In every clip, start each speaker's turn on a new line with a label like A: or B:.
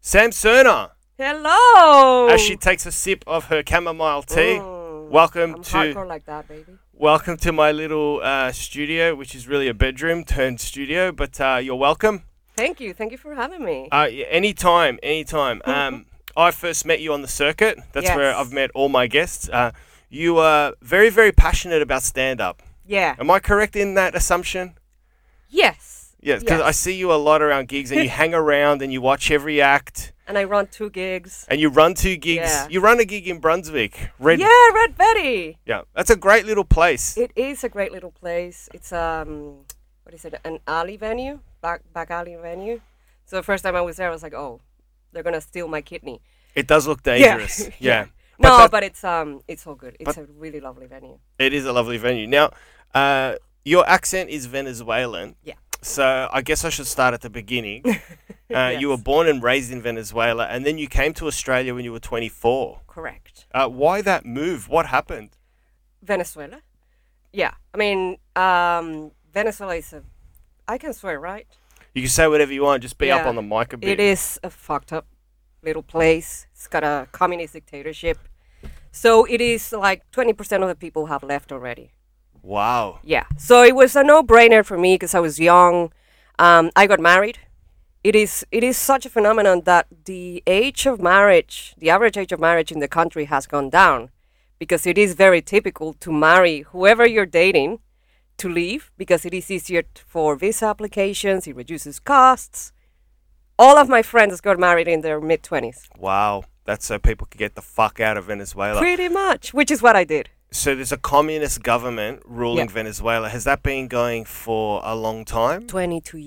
A: Sam Cerna,
B: Hello.
A: as she takes a sip of her chamomile tea.
B: Mm,
A: welcome
B: I'm
A: to-
B: hardcore like that, baby.
A: Welcome to my little uh, studio, which is really a bedroom turned studio, but uh, you're welcome.
B: Thank you. Thank you for having me.
A: Uh, yeah, anytime, anytime. Um, I first met you on the circuit. That's where
B: Yes.
A: I've met all my guests. Uh, you are very, very passionate about stand up.
B: yeah.
A: Am I correct in that assumption?
B: Yes.
A: Yes, because I
B: Yes.
A: see you a lot around gigs and you hang around and you watch every act
B: And I run two gigs.
A: and you run two gigs.
B: Yeah.
A: You run a gig in Brunswick, Red.
B: Yeah, Red Betty.
A: Yeah, that's a great little place.
B: It is a great little place. It's um, what is it? An alley venue, back back alley venue. So the first time I was there, I was like, oh, they're gonna steal my kidney.
A: It does look dangerous. Yeah. But
B: no,
A: that-
B: but it's um, it's all good. It's a really lovely venue.
A: It is a lovely venue. Now, uh, your accent is Venezuelan.
B: Yeah.
A: So I guess I should start at the beginning. Uh, You were
B: Yes.
A: born and raised in Venezuela, and then you came to Australia when you were 24.
B: Correct.
A: Uh, why that move? What happened?
B: Venezuela. Yeah, I mean, um, Venezuela is a. I can swear, right?
A: You can say whatever you want. Just be up
B: Yeah.
A: on the mic a bit.
B: It is a fucked up little place. It's got a communist dictatorship. So it is like 20% of the people have left already.
A: Wow.
B: Yeah. So it was a no-brainer for me because I was young. Um, I got married. It is it is such a phenomenon that the age of marriage, the average age of marriage in the country has gone down because it is very typical to marry whoever you're dating to leave because it is easier t- for visa applications, it reduces costs. All of my friends got married in their mid 20s.
A: Wow. That's so people could get the fuck out of Venezuela.
B: Pretty much, which is what I did.
A: so there's a communist government ruling
B: Yeah.
A: Venezuela. Has that been going for a long time?
B: 22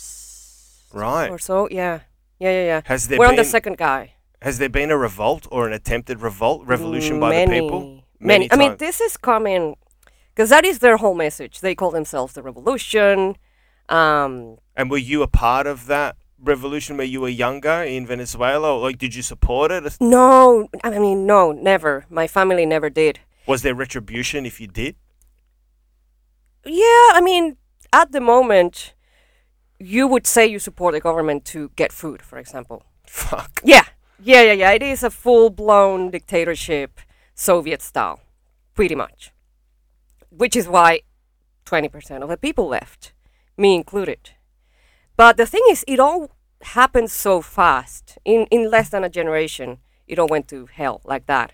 B: years
A: Right.
B: or so, yeah. Yeah, yeah, yeah.
A: Has there
B: We're on the
A: been-
B: second guy.
A: Has there been a revolt or an attempted revolt, revolution by the people?
B: Many. I mean,
A: times.
B: this is common because that is their whole message. They call themselves the revolution. Um,
A: And were you a part of that revolution where you were younger in Venezuela? Or, Like, did you support it?
B: no, I mean, no, never. My family never did.
A: Was there retribution if you did?
B: Yeah, I mean, at the moment, you would say you support the government to get food, for example.
A: Fuck.
B: Yeah, yeah, yeah, yeah. It is a full blown dictatorship, Soviet style, pretty much. Which is why 20% of the people left, me included. But the thing is, it all happened so fast. In, in less than a generation, it all went to hell like that.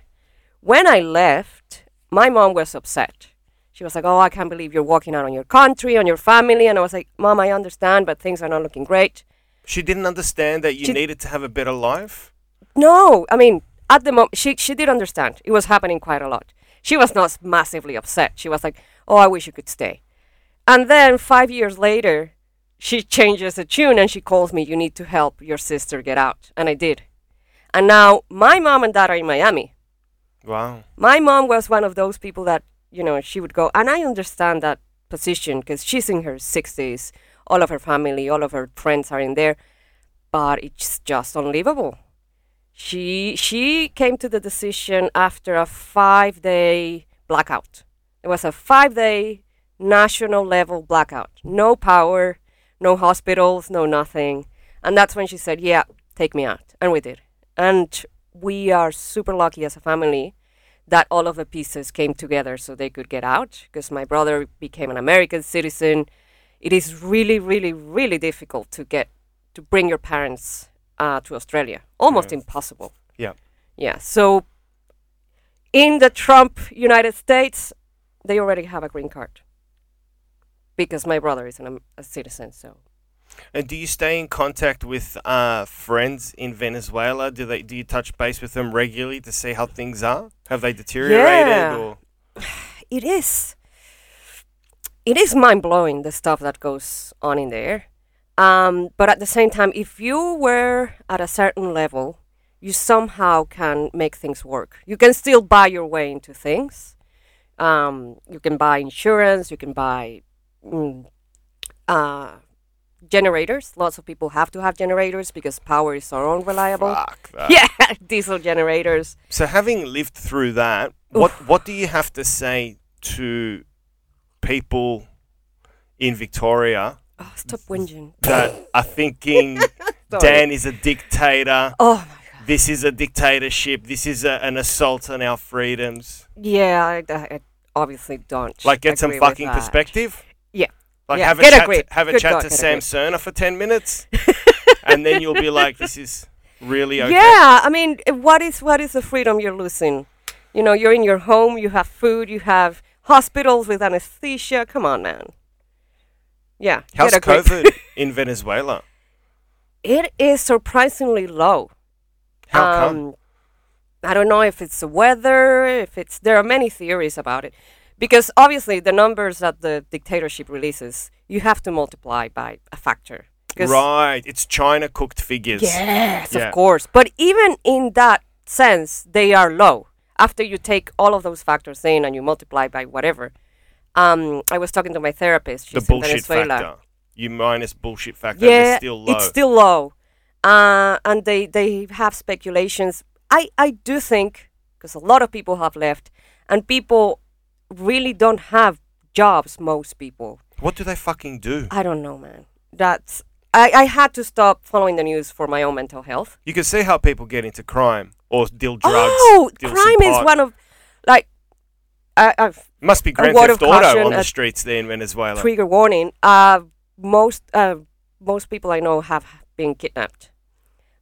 B: When I left, my mom was upset. She was like, Oh, I can't believe you're walking out on your country, on your family. And I was like, Mom, I understand, but things are not looking great.
A: She didn't understand that you
B: She-
A: needed to have a better life?
B: No, I mean, at the moment, she, she did understand. It was happening quite a lot. She was not massively upset. She was like, oh, I wish you could stay. And then five years later, she changes the tune and she calls me, you need to help your sister get out. And I did. And now my mom and dad are in Miami.
A: Wow.
B: My mom was one of those people that, you know, she would go, and I understand that position because she's in her 60s. All of her family, all of her friends are in there, but it's just unlivable. She she came to the decision after a five day blackout. It was a five day national level blackout. No power, no hospitals, no nothing. And that's when she said, Yeah, take me out. And we did. And we are super lucky as a family that all of the pieces came together so they could get out because my brother became an American citizen. It is really, really, really difficult to get to bring your parents uh, to Australia. Almost impossible.
A: Yeah.
B: Yeah. So in the Trump United States, they already have a green card because my brother is an, Am- a citizen. So
A: And do you stay in contact with uh, friends in Venezuela? Do they do you touch base with them regularly to see how things are? Have they deteriorated
B: Yeah.
A: or
B: it is it is mind blowing the stuff that goes on in there. Um, but at the same time, if you were at a certain level, you somehow can make things work. You can still buy your way into things. Um, you can buy insurance. You can buy mm, uh, generators. Lots of people have to have generators because power is so unreliable.
A: fuck that?
B: Yeah, diesel generators.
A: So having lived through that, what what do you have to say to people in Victoria
B: Oh, stop whinging.
A: that are thinking
B: story.
A: Dan is a dictator.
B: Oh my god.
A: This is a dictatorship. This is a, an assault on our freedoms.
B: Yeah, I, I I obviously don't.
A: Like, get some
B: agree with
A: fucking
B: that.
A: perspective.
B: Yeah.
A: Like,
B: Yeah,
A: have a
B: get a
A: chat.
B: grip.
A: To, have a
B: Good
A: chat
B: God,
A: to
B: get a
A: Sam
B: grip.
A: Cerner for ten minutes, and then you'll be like, "This is really okay."
B: Yeah, I mean, uh, what is what is the freedom you're losing? You know, you're in your home, you have food, you have hospitals with anesthesia. Come on, man. Yeah. get
A: How's
B: a grip.
A: COVID in Venezuela?
B: It is surprisingly low.
A: How come?
B: Um, I don't know if it's the weather, if it's there are many theories about it. Because obviously the numbers that the dictatorship releases, you have to multiply by a factor. 'Cause-
A: Right, it's China cooked figures.
B: Yes,
A: Yeah.
B: of course. But even in that sense, they are low. After you take all of those factors in and you multiply by whatever. Um, I was talking to my therapist. She's
A: the
B: in
A: bullshit
B: Venezuela.
A: factor. You minus bullshit factor
B: Yeah,
A: is still low.
B: it's still low. Uh, and they, they have speculations. I, I do think, because a lot of people have left, and people really don't have jobs, most people.
A: what do they fucking do?
B: I don't know, man. That's. I, I had to stop following the news for my own mental health.
A: You can see how people get into crime or deal drugs.
B: oh,
A: deal some
B: crime is
A: pot.
B: one of. Like, I, I've
A: Must be Grand
B: word
A: Theft
B: of
A: Auto
B: caution,
A: on the
B: a-
A: streets there in Venezuela.
B: trigger warning. Uh, most uh, most people I know have been kidnapped.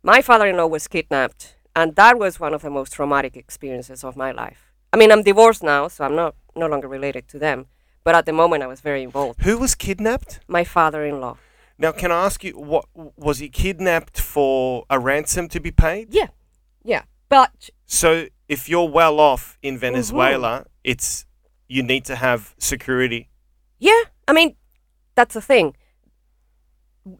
B: My father-in-law was kidnapped, and that was one of the most traumatic experiences of my life. I mean, I'm divorced now, so I'm not no longer related to them. But at the moment, I was very involved.
A: Who was kidnapped?
B: My father-in-law.
A: Now, can I ask you, what was he kidnapped for a ransom to be paid?
B: Yeah, yeah. But
A: So, if you're well off in Venezuela,
B: Mm-hmm.
A: it's you need to have security.
B: yeah, I mean, that's the thing.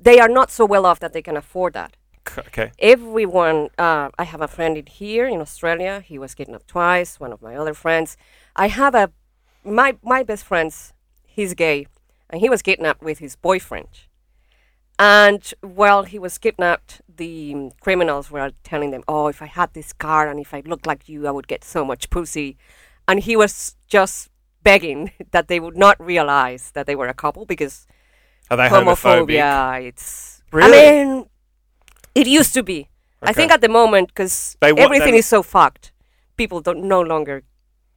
B: They are not so well off that they can afford that.
A: C- Okay.
B: everyone uh, i have a friend in here in australia he was kidnapped twice one of my other friends i have a my my best friend's he's gay and he was kidnapped with his boyfriend and while he was kidnapped the criminals were telling them oh if i had this car and if i looked like you i would get so much pussy and he was just begging that they would not realize that they were a couple because
A: Are they homophobic?
B: homophobia. It's
A: Really?
B: I mean, it used to be. I think
A: Okay.
B: at the moment, because
A: They want
B: everything
A: them-
B: is so fucked, people don't no longer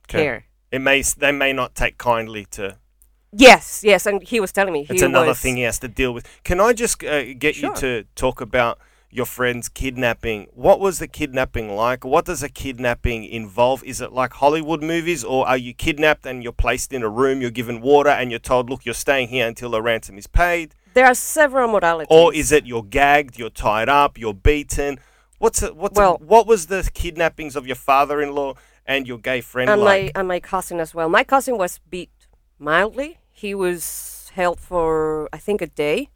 A: Okay.
B: care.
A: It may s- they may not take kindly to.
B: Yes, yes, and he was telling me he
A: It's another
B: was,
A: thing he has to deal with. Can I just uh, get you
B: Sure.
A: to talk about your friend's kidnapping? What was the kidnapping like? What does a kidnapping involve? Is it like Hollywood movies, or are you kidnapped and you're placed in a room, you're given water, and you're told, "Look, you're staying here until a ransom is paid"?
B: There are several modalities.
A: Or is it you're gagged, you're tied up, you're beaten? What's a, what's a-
B: Well-
A: what was the kidnappings of your father-in-law and your gay friend
B: and
A: like?
B: my and my cousin as well. My cousin was beat mildly. He was held for I think a day.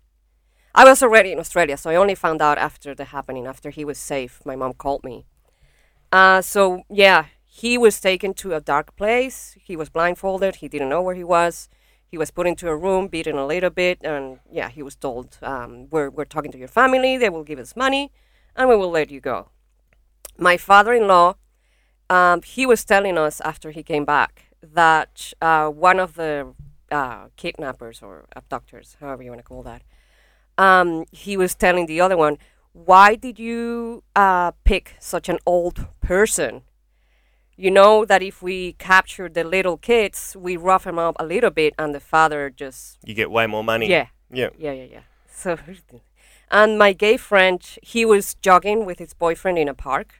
B: I was already in Australia, so I only found out after the happening, after he was safe. My mom called me. Uh, so yeah, he was taken to a dark place. He was blindfolded. He didn't know where he was. He was put into a room, beaten a little bit, and yeah, he was told, um, "We're we're talking to your family. They will give us money, and we will let you go." My father-in-law um, he was telling us after he came back that uh, one of the uh, kidnappers or abductors, however you want to call that, um, he was telling the other one, Why did you uh, pick such an old person? You know that if we capture the little kids, we rough them up a little bit, and the father just,
A: you get way more money.
B: yeah,
A: Yeah.
B: yeah, yeah, yeah. So, and my gay friend, he was jogging with his boyfriend in a park,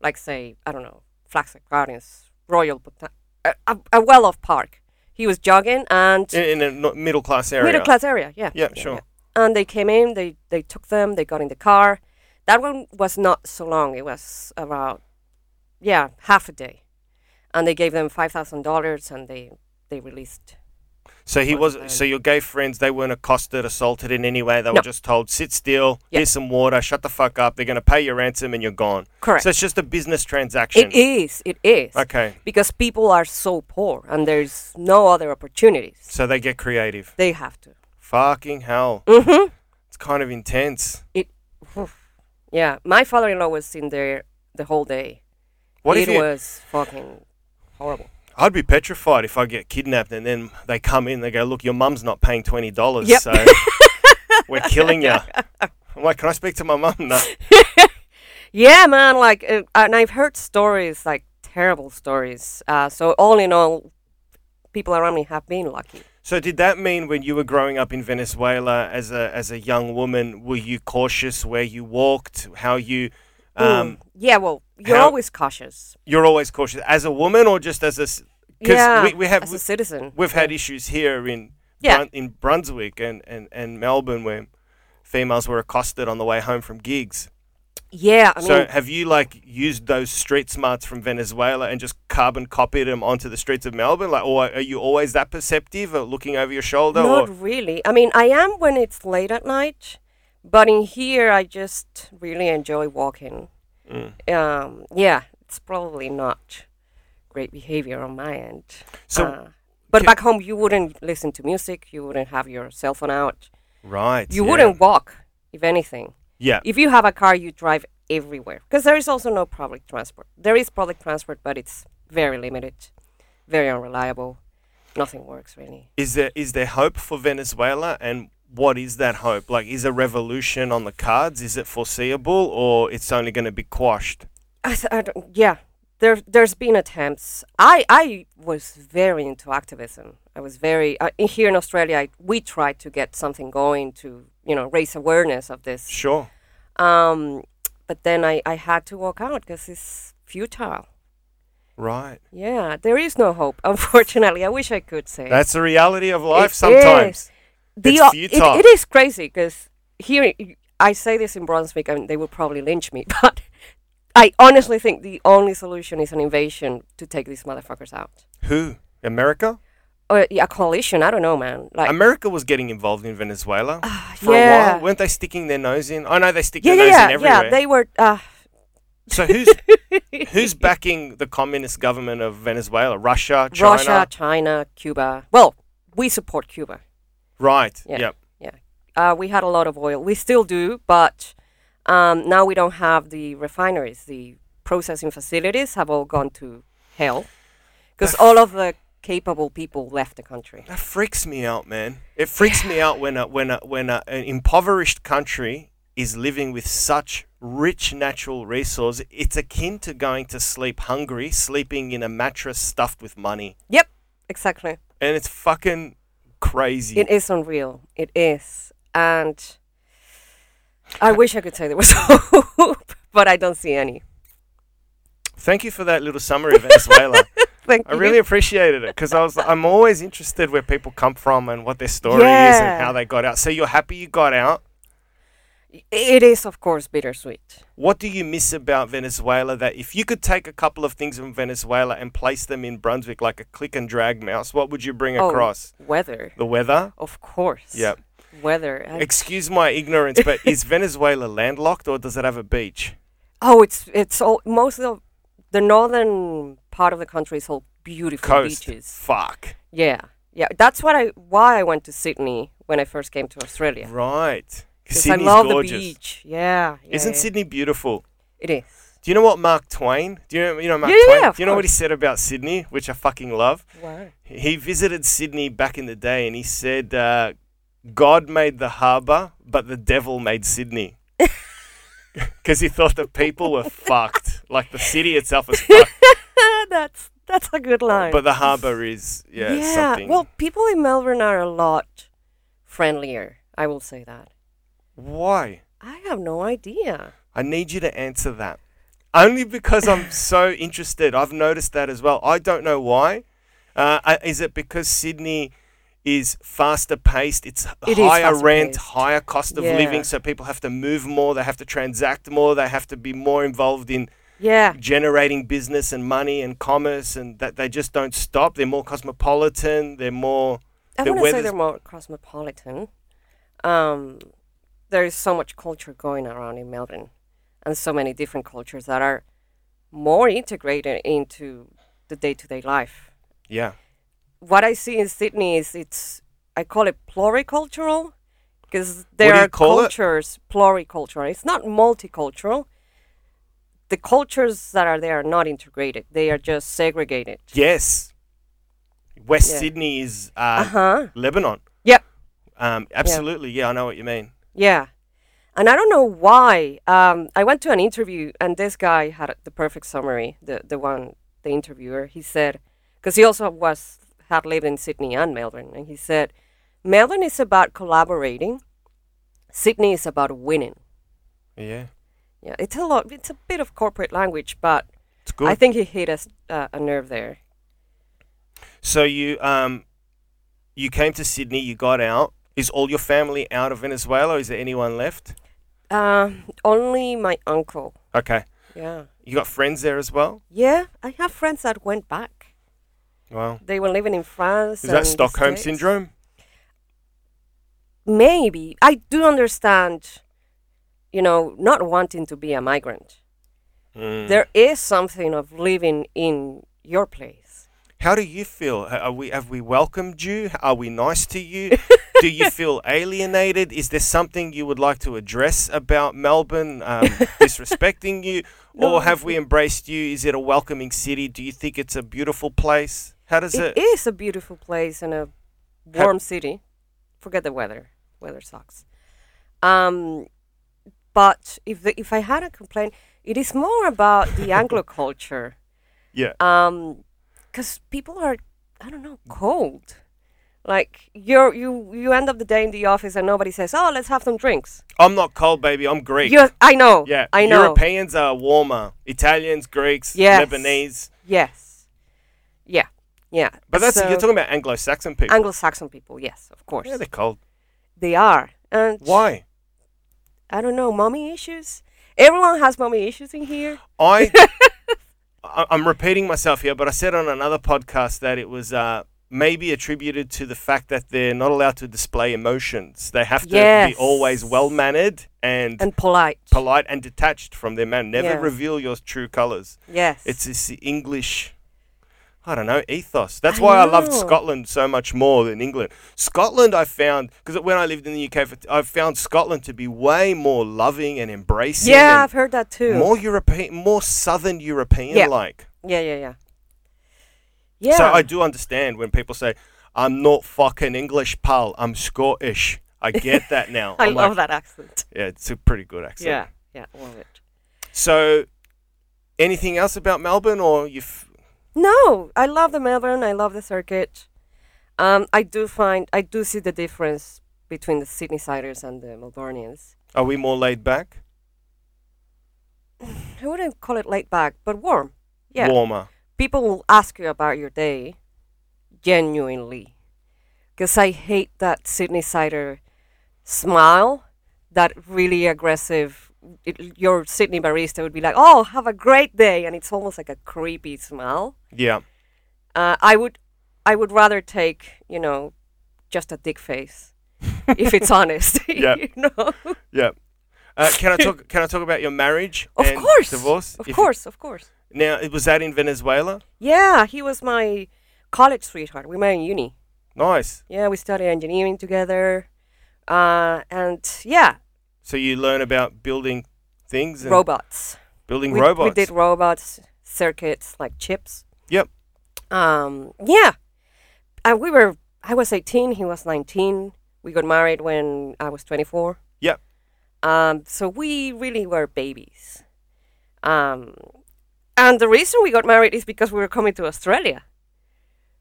B: like say, I don't know, Flagstaff Gardens, Royal, Bota- a, a, a well-off park. He was jogging and
A: In, in a no- middle class area.
B: middle class area, yeah.
A: Yeah, sure.
B: And they came in, they they took them, they got in the car. That one was not so long. It was about yeah half a day, and they gave them five thousand dollars, and they they released.
A: So he
B: One
A: was.
B: time.
A: So your gay friends, they weren't accosted, assaulted in any way. They were
B: No.
A: just told, sit still,
B: Yeah.
A: here's some water, shut the fuck up. They're gonna pay your ransom, and you're gone.
B: Correct.
A: So it's just a business transaction.
B: it is. It is.
A: Okay.
B: because people are so poor and there's no other opportunities.
A: So they get creative.
B: They have to.
A: Fucking hell.
B: Mm-hmm.
A: It's kind of intense.
B: It. Yeah, my father-in-law was in there the whole day.
A: What
B: it
A: if you?
B: was fucking horrible.
A: I'd be petrified if I get kidnapped and then they come in. They go, look, your mum's not paying twenty dollars.
B: Yep.
A: So we're killing you. I'm like, can I speak to my mum? No.
B: Yeah, man. Like, uh, and I've heard stories, like terrible stories. Uh, so all in all, people around me have been lucky.
A: So did that mean when you were growing up in Venezuela as a as a young woman, were you cautious where you walked, how you? Um,
B: Mm. yeah, well, you're
A: how-
B: always cautious.
A: You're always cautious as a woman, or just as a. s- 'cause
B: Yeah,
A: we, we have
B: as a citizen.
A: we've had issues here in
B: Yeah.
A: Brun- in Brunswick and, and, and Melbourne where females were accosted on the way home from gigs.
B: Yeah, I mean,
A: so have you like used those street smarts from Venezuela and just carbon copied them onto the streets of Melbourne? Like, or are you always that perceptive of looking over your shoulder?
B: not
A: or
B: really. I mean, I am when it's late at night, but in here, I just really enjoy walking.
A: Mm.
B: Um, yeah, it's probably not great behavior on my end.
A: so
B: Uh, but
A: ca-
B: back home, you wouldn't listen to music. You wouldn't have your cell phone out.
A: right,
B: You
A: yeah.
B: wouldn't walk, if anything.
A: Yeah,
B: If you have a car, you drive everywhere because there is also no public transport. There is public transport, but it's very limited, very unreliable. Nothing works really.
A: is there is there hope for Venezuela and? What is that hope? Like, is a revolution on the cards? Is it foreseeable, or it's only going to be quashed?
B: I, th- I don't, yeah, there, there's been attempts. I, I was very into activism. I was very uh, in- here in Australia. I, we tried to get something going to you know raise awareness of this.
A: Sure.
B: Um, but then I, I had to walk out because it's futile.
A: Right.
B: Yeah, there is no hope. Unfortunately, I wish I could say.
A: That's the reality of life
B: It
A: sometimes.
B: is. The,
A: It's
B: o-
A: futile.
B: It, it is crazy because here I say this in Brunswick, and they will probably lynch me, but I honestly think the only solution is an invasion to take these motherfuckers out.
A: Who? America?
B: Or yeah, a coalition. I don't know, man. Like, Ah,
A: America was getting involved in Venezuela for a
B: yeah.
A: while. Weren't they sticking their nose in? I know they stick
B: yeah,
A: their nose
B: yeah,
A: in
B: yeah,
A: everywhere.
B: yeah. They were. Uh,
A: so who's who's backing the communist government of Venezuela? Russia, China.
B: Russia, China, Cuba. Well, we support Cuba.
A: Right.
B: Yeah.
A: Yep.
B: Uh, we had a lot of oil. We still do, but um, now we don't have the refineries. The processing facilities have all gone to hell because all of the capable people left the country.
A: That freaks me out, man. It freaks me out when a, when a, when a, an impoverished country is living with such rich natural resource. It's akin to going to sleep hungry, sleeping in a mattress stuffed with money,
B: Yep, exactly.
A: and it's fucking crazy.
B: It is unreal. It is. And I wish I could say there was hope, but I don't see any.
A: Thank you for that little summary of Venezuela.
B: Thank
A: I
B: you.
A: really appreciated it because I was I'm always interested where people come from and what their story is and
B: Yeah.
A: how they got out. So you're happy you got out.
B: It is, of course, bittersweet.
A: What do you miss about Venezuela that if you could take a couple of things from Venezuela and place them in Brunswick like a click and drag mouse, what would you bring
B: Oh,
A: across?
B: Weather,
A: The weather?
B: of course.
A: Yep.
B: Weather. I-
A: Excuse my ignorance, but is Venezuela landlocked or does it have a beach?
B: Oh, it's it's all most of the northern part of the country is all beautiful
A: Coast.
B: beaches.
A: Fuck.
B: Yeah, yeah. That's what I why I went to Sydney when I first came to Australia.
A: Right.
B: 'Cause
A: Sydney's
B: I love
A: gorgeous.
B: the beach. Yeah, yeah,
A: Isn't
B: yeah.
A: Sydney beautiful?
B: It is.
A: Do you know what Mark Twain? Do you know, you know Mark
B: Yeah, yeah,
A: Twain?
B: yeah, of
A: Do you know what he
B: course.
A: said about Sydney, which I fucking love?
B: Wow.
A: He visited Sydney back in the day, and he said, uh, "God made the harbour, but the devil made Sydney," because he thought the people were fucked. Like the city itself is fucked,
B: that's that's a good line.
A: but the harbour is yeah, it's something.
B: well, people in Melbourne are a lot friendlier. I will say that.
A: why?
B: I have no idea.
A: I need you to answer that. Only because I'm so interested. I've noticed that as well. I don't know why. Uh, I- is it because Sydney is faster paced? It's
B: It is
A: higher rent,
B: faster-paced.
A: higher cost of
B: Yeah.
A: living, so people have to move more, they have to transact more, they have to be more involved in
B: Yeah,
A: generating business and money and commerce, and that they just don't stop. They're more cosmopolitan, they're more. the
B: I want to say
A: weather's-
B: they're more cosmopolitan. Um, there is so much culture going around in Melbourne, and so many different cultures that are more integrated into the day-to-day life.
A: Yeah.
B: What I see in Sydney is it's I call it pluricultural because
A: do
B: there
A: you
B: are
A: call it?
B: cultures pluricultural. It's not multicultural. The cultures that are there are not integrated. They are just segregated.
A: Yes. West
B: Yeah.
A: Sydney is uh,
B: Uh huh.
A: Lebanon.
B: Yep.
A: Um, absolutely. yeah, I know what you mean.
B: Yeah. And I don't know why. Um, I went to an interview, and this guy had the perfect summary. The the one, the interviewer, he said, because he also was had lived in Sydney and Melbourne, and he said, Melbourne is about collaborating. Sydney is about winning.
A: Yeah.
B: Yeah, it's a lot. It's a bit of corporate language, but
A: It's good.
B: I think he hit us uh, a nerve there.
A: so you um you came to Sydney, you got out. Is all your family out of Venezuela? Is there anyone left?
B: Um, only my uncle.
A: Okay.
B: Yeah.
A: You got friends there as well?
B: Yeah, I have friends that went back.
A: Wow.
B: They were living in France.
A: Is that
B: and the
A: Stockholm
B: States.
A: syndrome?
B: Maybe. I do understand, you know, not wanting to be a migrant.
A: Mm.
B: There is something of living in your place.
A: How do you feel? Ha- Are we have we welcomed you? Are we nice to you? do you feel alienated? Is there something you would like to address about Melbourne um, disrespecting you,
B: No,
A: or have we embraced you? Is it a welcoming city? Do you think it's a beautiful place? How does it?
B: it is a beautiful place and a
A: Ha-
B: warm city. Forget the weather. Weather sucks. Um, but if the, if I had a complaint, it is more about the Anglo culture.
A: yeah,
B: um because people are i don't know cold like you're you you end up the day in the office and nobody says oh let's have some drinks
A: I'm not cold, baby. I'm Greek.
B: you i know
A: yeah,
B: i know
A: Europeans are warmer. Italians, Greeks,
B: Yes.
A: Lebanese.
B: yes yeah yeah
A: But that's
B: So,
A: you're talking about Anglo-Saxon people.
B: anglo-saxon people yes of course
A: yeah, they're cold.
B: they are and
A: Why?
B: i don't know mommy issues everyone has mommy issues in here
A: I, I I'm repeating myself here, but I said on another podcast that it was uh, maybe attributed to the fact that they're not allowed to display emotions. They have to
B: Yes.
A: be always well mannered and,
B: and polite
A: polite and detached from their man. Never
B: Yeah.
A: reveal your true colors.
B: yes
A: It's this English. I don't know, ethos. That's
B: I
A: why I loved
B: know.
A: Scotland so much more than England. Scotland, I found, because when I lived in the UK, for, I found Scotland to be way more loving and embracing.
B: yeah
A: and-
B: i've heard that too
A: more European, more Southern European
B: Yeah.
A: like.
B: yeah yeah yeah yeah
A: So I do understand when people say, "I'm not fucking English, pal. I'm Scottish." I get that now.
B: I
A: I'm
B: love
A: like,
B: that accent
A: Yeah, it's a pretty good accent.
B: yeah yeah love it
A: So, anything else about Melbourne, or you? F-
B: No, I love the Melbourne. I love the circuit. Um, I do find I do see the difference between the Sydney siders and the Melbournians.
A: are we more laid back,
B: I wouldn't call it laid back, but warm. Yeah,
A: warmer?
B: people will ask you about your day, genuinely, because I hate that Sydney cider smile, that really aggressive. It, your Sydney barista would be like, "Oh, have a great day," and it's almost like a creepy smile.
A: Yeah.
B: Uh, I would, I would rather take, you know, just a dick face, if it's honest.
A: Yeah.
B: you know?
A: Yeah. Uh, can I talk? Can I talk about your marriage?
B: Of
A: and
B: course.
A: Divorce.
B: Of
A: If you-
B: course, of course.
A: Now, it- was that in Venezuela?
B: Yeah, he was my college sweetheart. We met in uni.
A: Nice.
B: Yeah, we studied engineering together, uh, and yeah,
A: So you learn about building things and
B: robots.
A: building
B: We,
A: robots.
B: we did robots, circuits like chips.
A: Yep.
B: Um, yeah, and we were. I was 18. He was 19. We got married when I was 24.
A: Yep.
B: Um, so we really were babies. Um, and the reason we got married is because we were coming to Australia.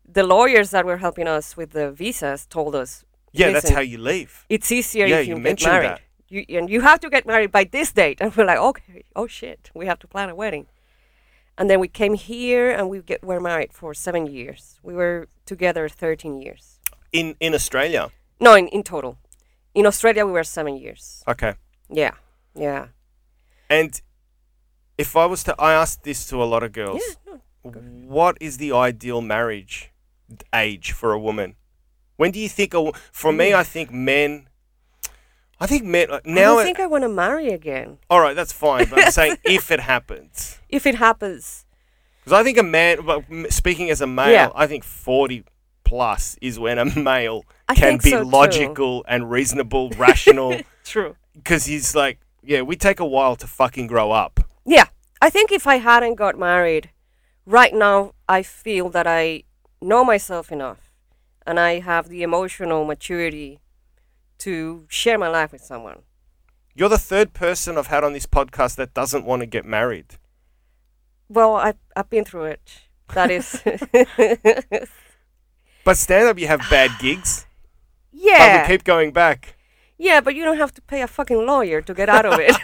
B: The lawyers that were helping us with the visas told us
A: Yeah, that's
B: Listen.
A: how you leave.
B: it's easier
A: Yeah,
B: if
A: you
B: you, get
A: mentioned
B: married.
A: that.
B: You, and you have to get married by this date. And we're like, okay, oh shit, we have to plan a wedding. And then we came here and we get, were married for seven years. We were together 13 years.
A: In in Australia.
B: No, in, in total. In Australia, we were seven years.
A: Okay.
B: Yeah, yeah.
A: And if I was to I asked this to a lot of
B: Yeah,
A: girls.
B: no.
A: What is the ideal marriage age for a woman? When do you think a, wo- for me I think men I think men uh,
B: Mm. I
A: now
B: don't
A: it-
B: think I want to marry again.
A: all right, that's fine, but I'm saying if it happens.
B: If it happens,
A: Cuz I think a man well, m- speaking as a male,
B: Yeah.
A: I think 40 plus is when a male
B: I
A: can
B: think
A: be
B: so too.
A: logical and reasonable, rational
B: true.
A: cuz he's like, yeah, we take a while to fucking grow up.
B: Yeah, I think if I hadn't got married, right now I feel that I know myself enough and I have the emotional maturity to share my life with someone.
A: You're the third person I've had on this podcast that doesn't want to get married.
B: Well, I've, I've been through it. That is.
A: But stand up, you have bad gigs. But we
B: yeah.
A: keep going back.
B: yeah, but you don't have to pay a fucking lawyer to get out of it.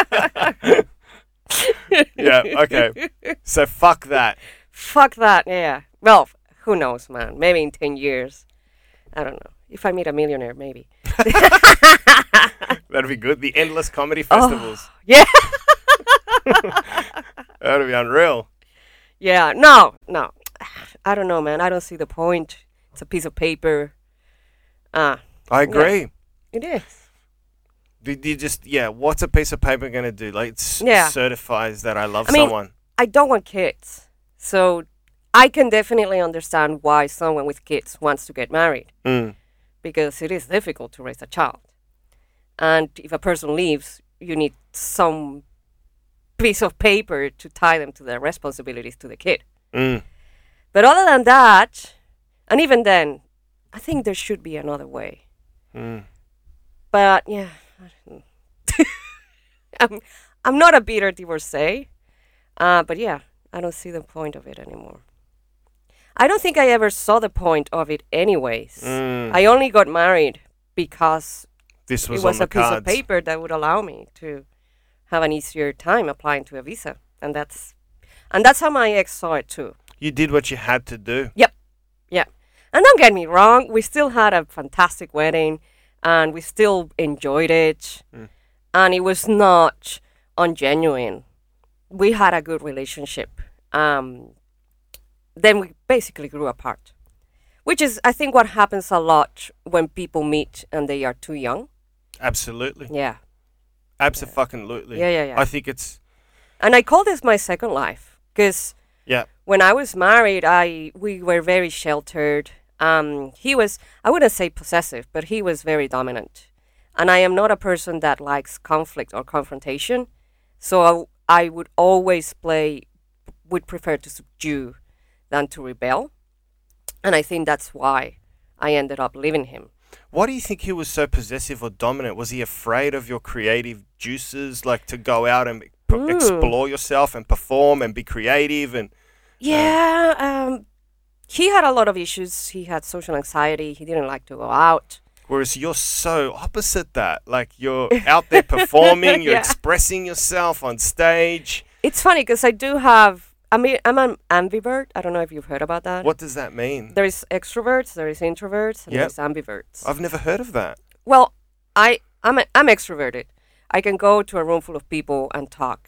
A: Yeah, okay. so fuck that.
B: Fuck that. Yeah. Well, f- who knows, man? Maybe in 10 years. I don't know. If I meet a millionaire, maybe.
A: That'd be good. The endless comedy festivals.
B: Oh, Yeah.
A: That'd be unreal.
B: Yeah. No, no. I don't know, man. I don't see the point. It's a piece of paper. Ah,
A: I agree.
B: it is.
A: Did you just yeah? What's a piece of paper gonna do? Like, it
B: Yeah.
A: certifies that I love
B: I mean-
A: someone.
B: I don't want kids. So I can definitely understand why someone with kids wants to get married
A: Mm.
B: because it is difficult to raise a child. And if a person leaves, you need some piece of paper to tie them to their responsibilities to the kid.
A: Mm.
B: But other than that, and even then, I think there should be another way.
A: Mm.
B: But yeah, I'm I'm not a bitter divorcee, uh, but yeah, I don't see the point of it anymore. I don't think I ever saw the point of it, anyways.
A: Mm.
B: I only got married because
A: This was,
B: it was
A: on the
B: a piece
A: cards.
B: of paper that would allow me to have an easier time applying to a visa, and that's and that's how my ex saw it too.
A: You did what you had to do.
B: Yeah. And don't get me wrong, we still had a fantastic wedding and we still enjoyed it. And it was not ungenuine. We had a good relationship. Um, then we basically grew apart, which is, I think, what happens a lot when people meet and they are too young.
A: Absolutely.
B: Yeah.
A: Absolutely.
B: Yeah, yeah, yeah.
A: I think it's
B: And I call this my second life because
A: yeah.
B: when I was married, I we were very sheltered. Um, he was I wouldn't say possessive, but he was very dominant, and I am not a person that likes conflict or confrontation, so I, I would always play would prefer to subdue than to rebel, and I think that's why I ended up leaving him.
A: Why do you think he was so possessive or dominant? Was he afraid of your creative juices, like to go out and p-
B: Hmm.
A: explore yourself and perform and be creative? And
B: Yeah, um, he had a lot of issues. He had social anxiety. He didn't like to go out.
A: whereas you're so opposite that, like you're out there performing, you're
B: Yeah.
A: expressing yourself on stage.
B: It's funny because I do have. I mean, I'm an ambivert. I don't know if you've heard about that.
A: What does that mean?
B: There is extroverts, there is introverts, and
A: Yep.
B: there's ambiverts.
A: I've never heard of that.
B: well, I I'm a, I'm extroverted. I can go to a room full of people and talk,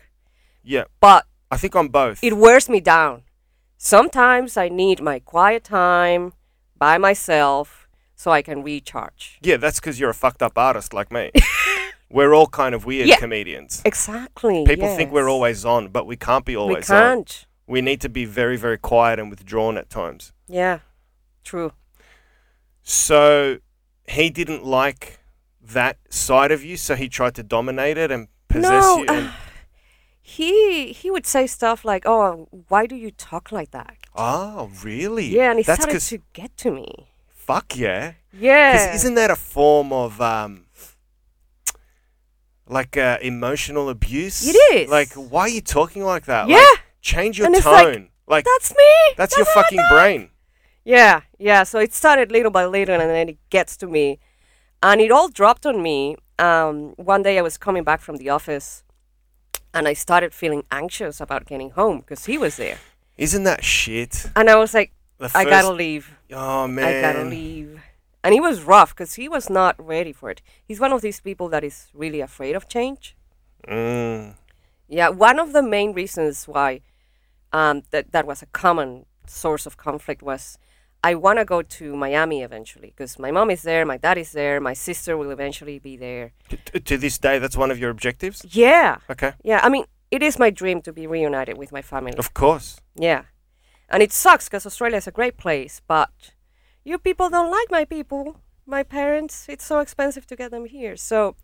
A: Yeah,
B: but
A: I think I'm both.
B: it wears me down. Sometimes I need my quiet time by myself so I can recharge.
A: yeah, that's because you're a fucked up artist like me. We're all kind of weird
B: Yeah.
A: comedians.
B: Exactly.
A: People think we're
B: yes.
A: always on, but we can't be
B: We
A: always on.
B: can't.
A: We need to be very, very quiet and withdrawn at times.
B: Yeah. True.
A: So he didn't like that side of you, so he tried to dominate it and possess
B: No, uh,
A: you. And,
B: He he would say stuff like, "Oh, why do you talk like that?"
A: oh, really?
B: Yeah, and he
A: That's
B: started
A: 'cause-
B: to get to me.
A: fuck yeah. Because
B: Yeah.
A: isn't that a form of um, like uh, emotional abuse?
B: It is.
A: Like, why are you talking like that?
B: Yeah.
A: Like, change your
B: And it's like,
A: tone. Like,
B: that's me.
A: that's your
B: what I
A: fucking
B: thought."
A: brain.
B: Yeah, yeah. So it started little by little, and then it gets to me, and it all dropped on me. Um, one day I was coming back from the office, and I started feeling anxious about getting home because he was there,
A: Isn't that shit?
B: and I was like,
A: The
B: I gotta
A: first-
B: leave.
A: Oh
B: I
A: man.
B: gotta leave. And it was rough because he was not ready for it. He's one of these people that is really afraid of change.
A: Mm.
B: Yeah, one of the main reasons why um, that that was a common source of conflict was I want to go to Miami eventually because my mom is there, my dad is there, my sister will eventually be there.
A: T- t- to this day, that's one of your objectives.
B: Yeah,
A: Okay.
B: yeah. I mean, it is my dream to be reunited with my family.
A: Of course.
B: Yeah, and it sucks because Australia is a great place, but you people don't like my people, my parents. It's so expensive to get them here, so.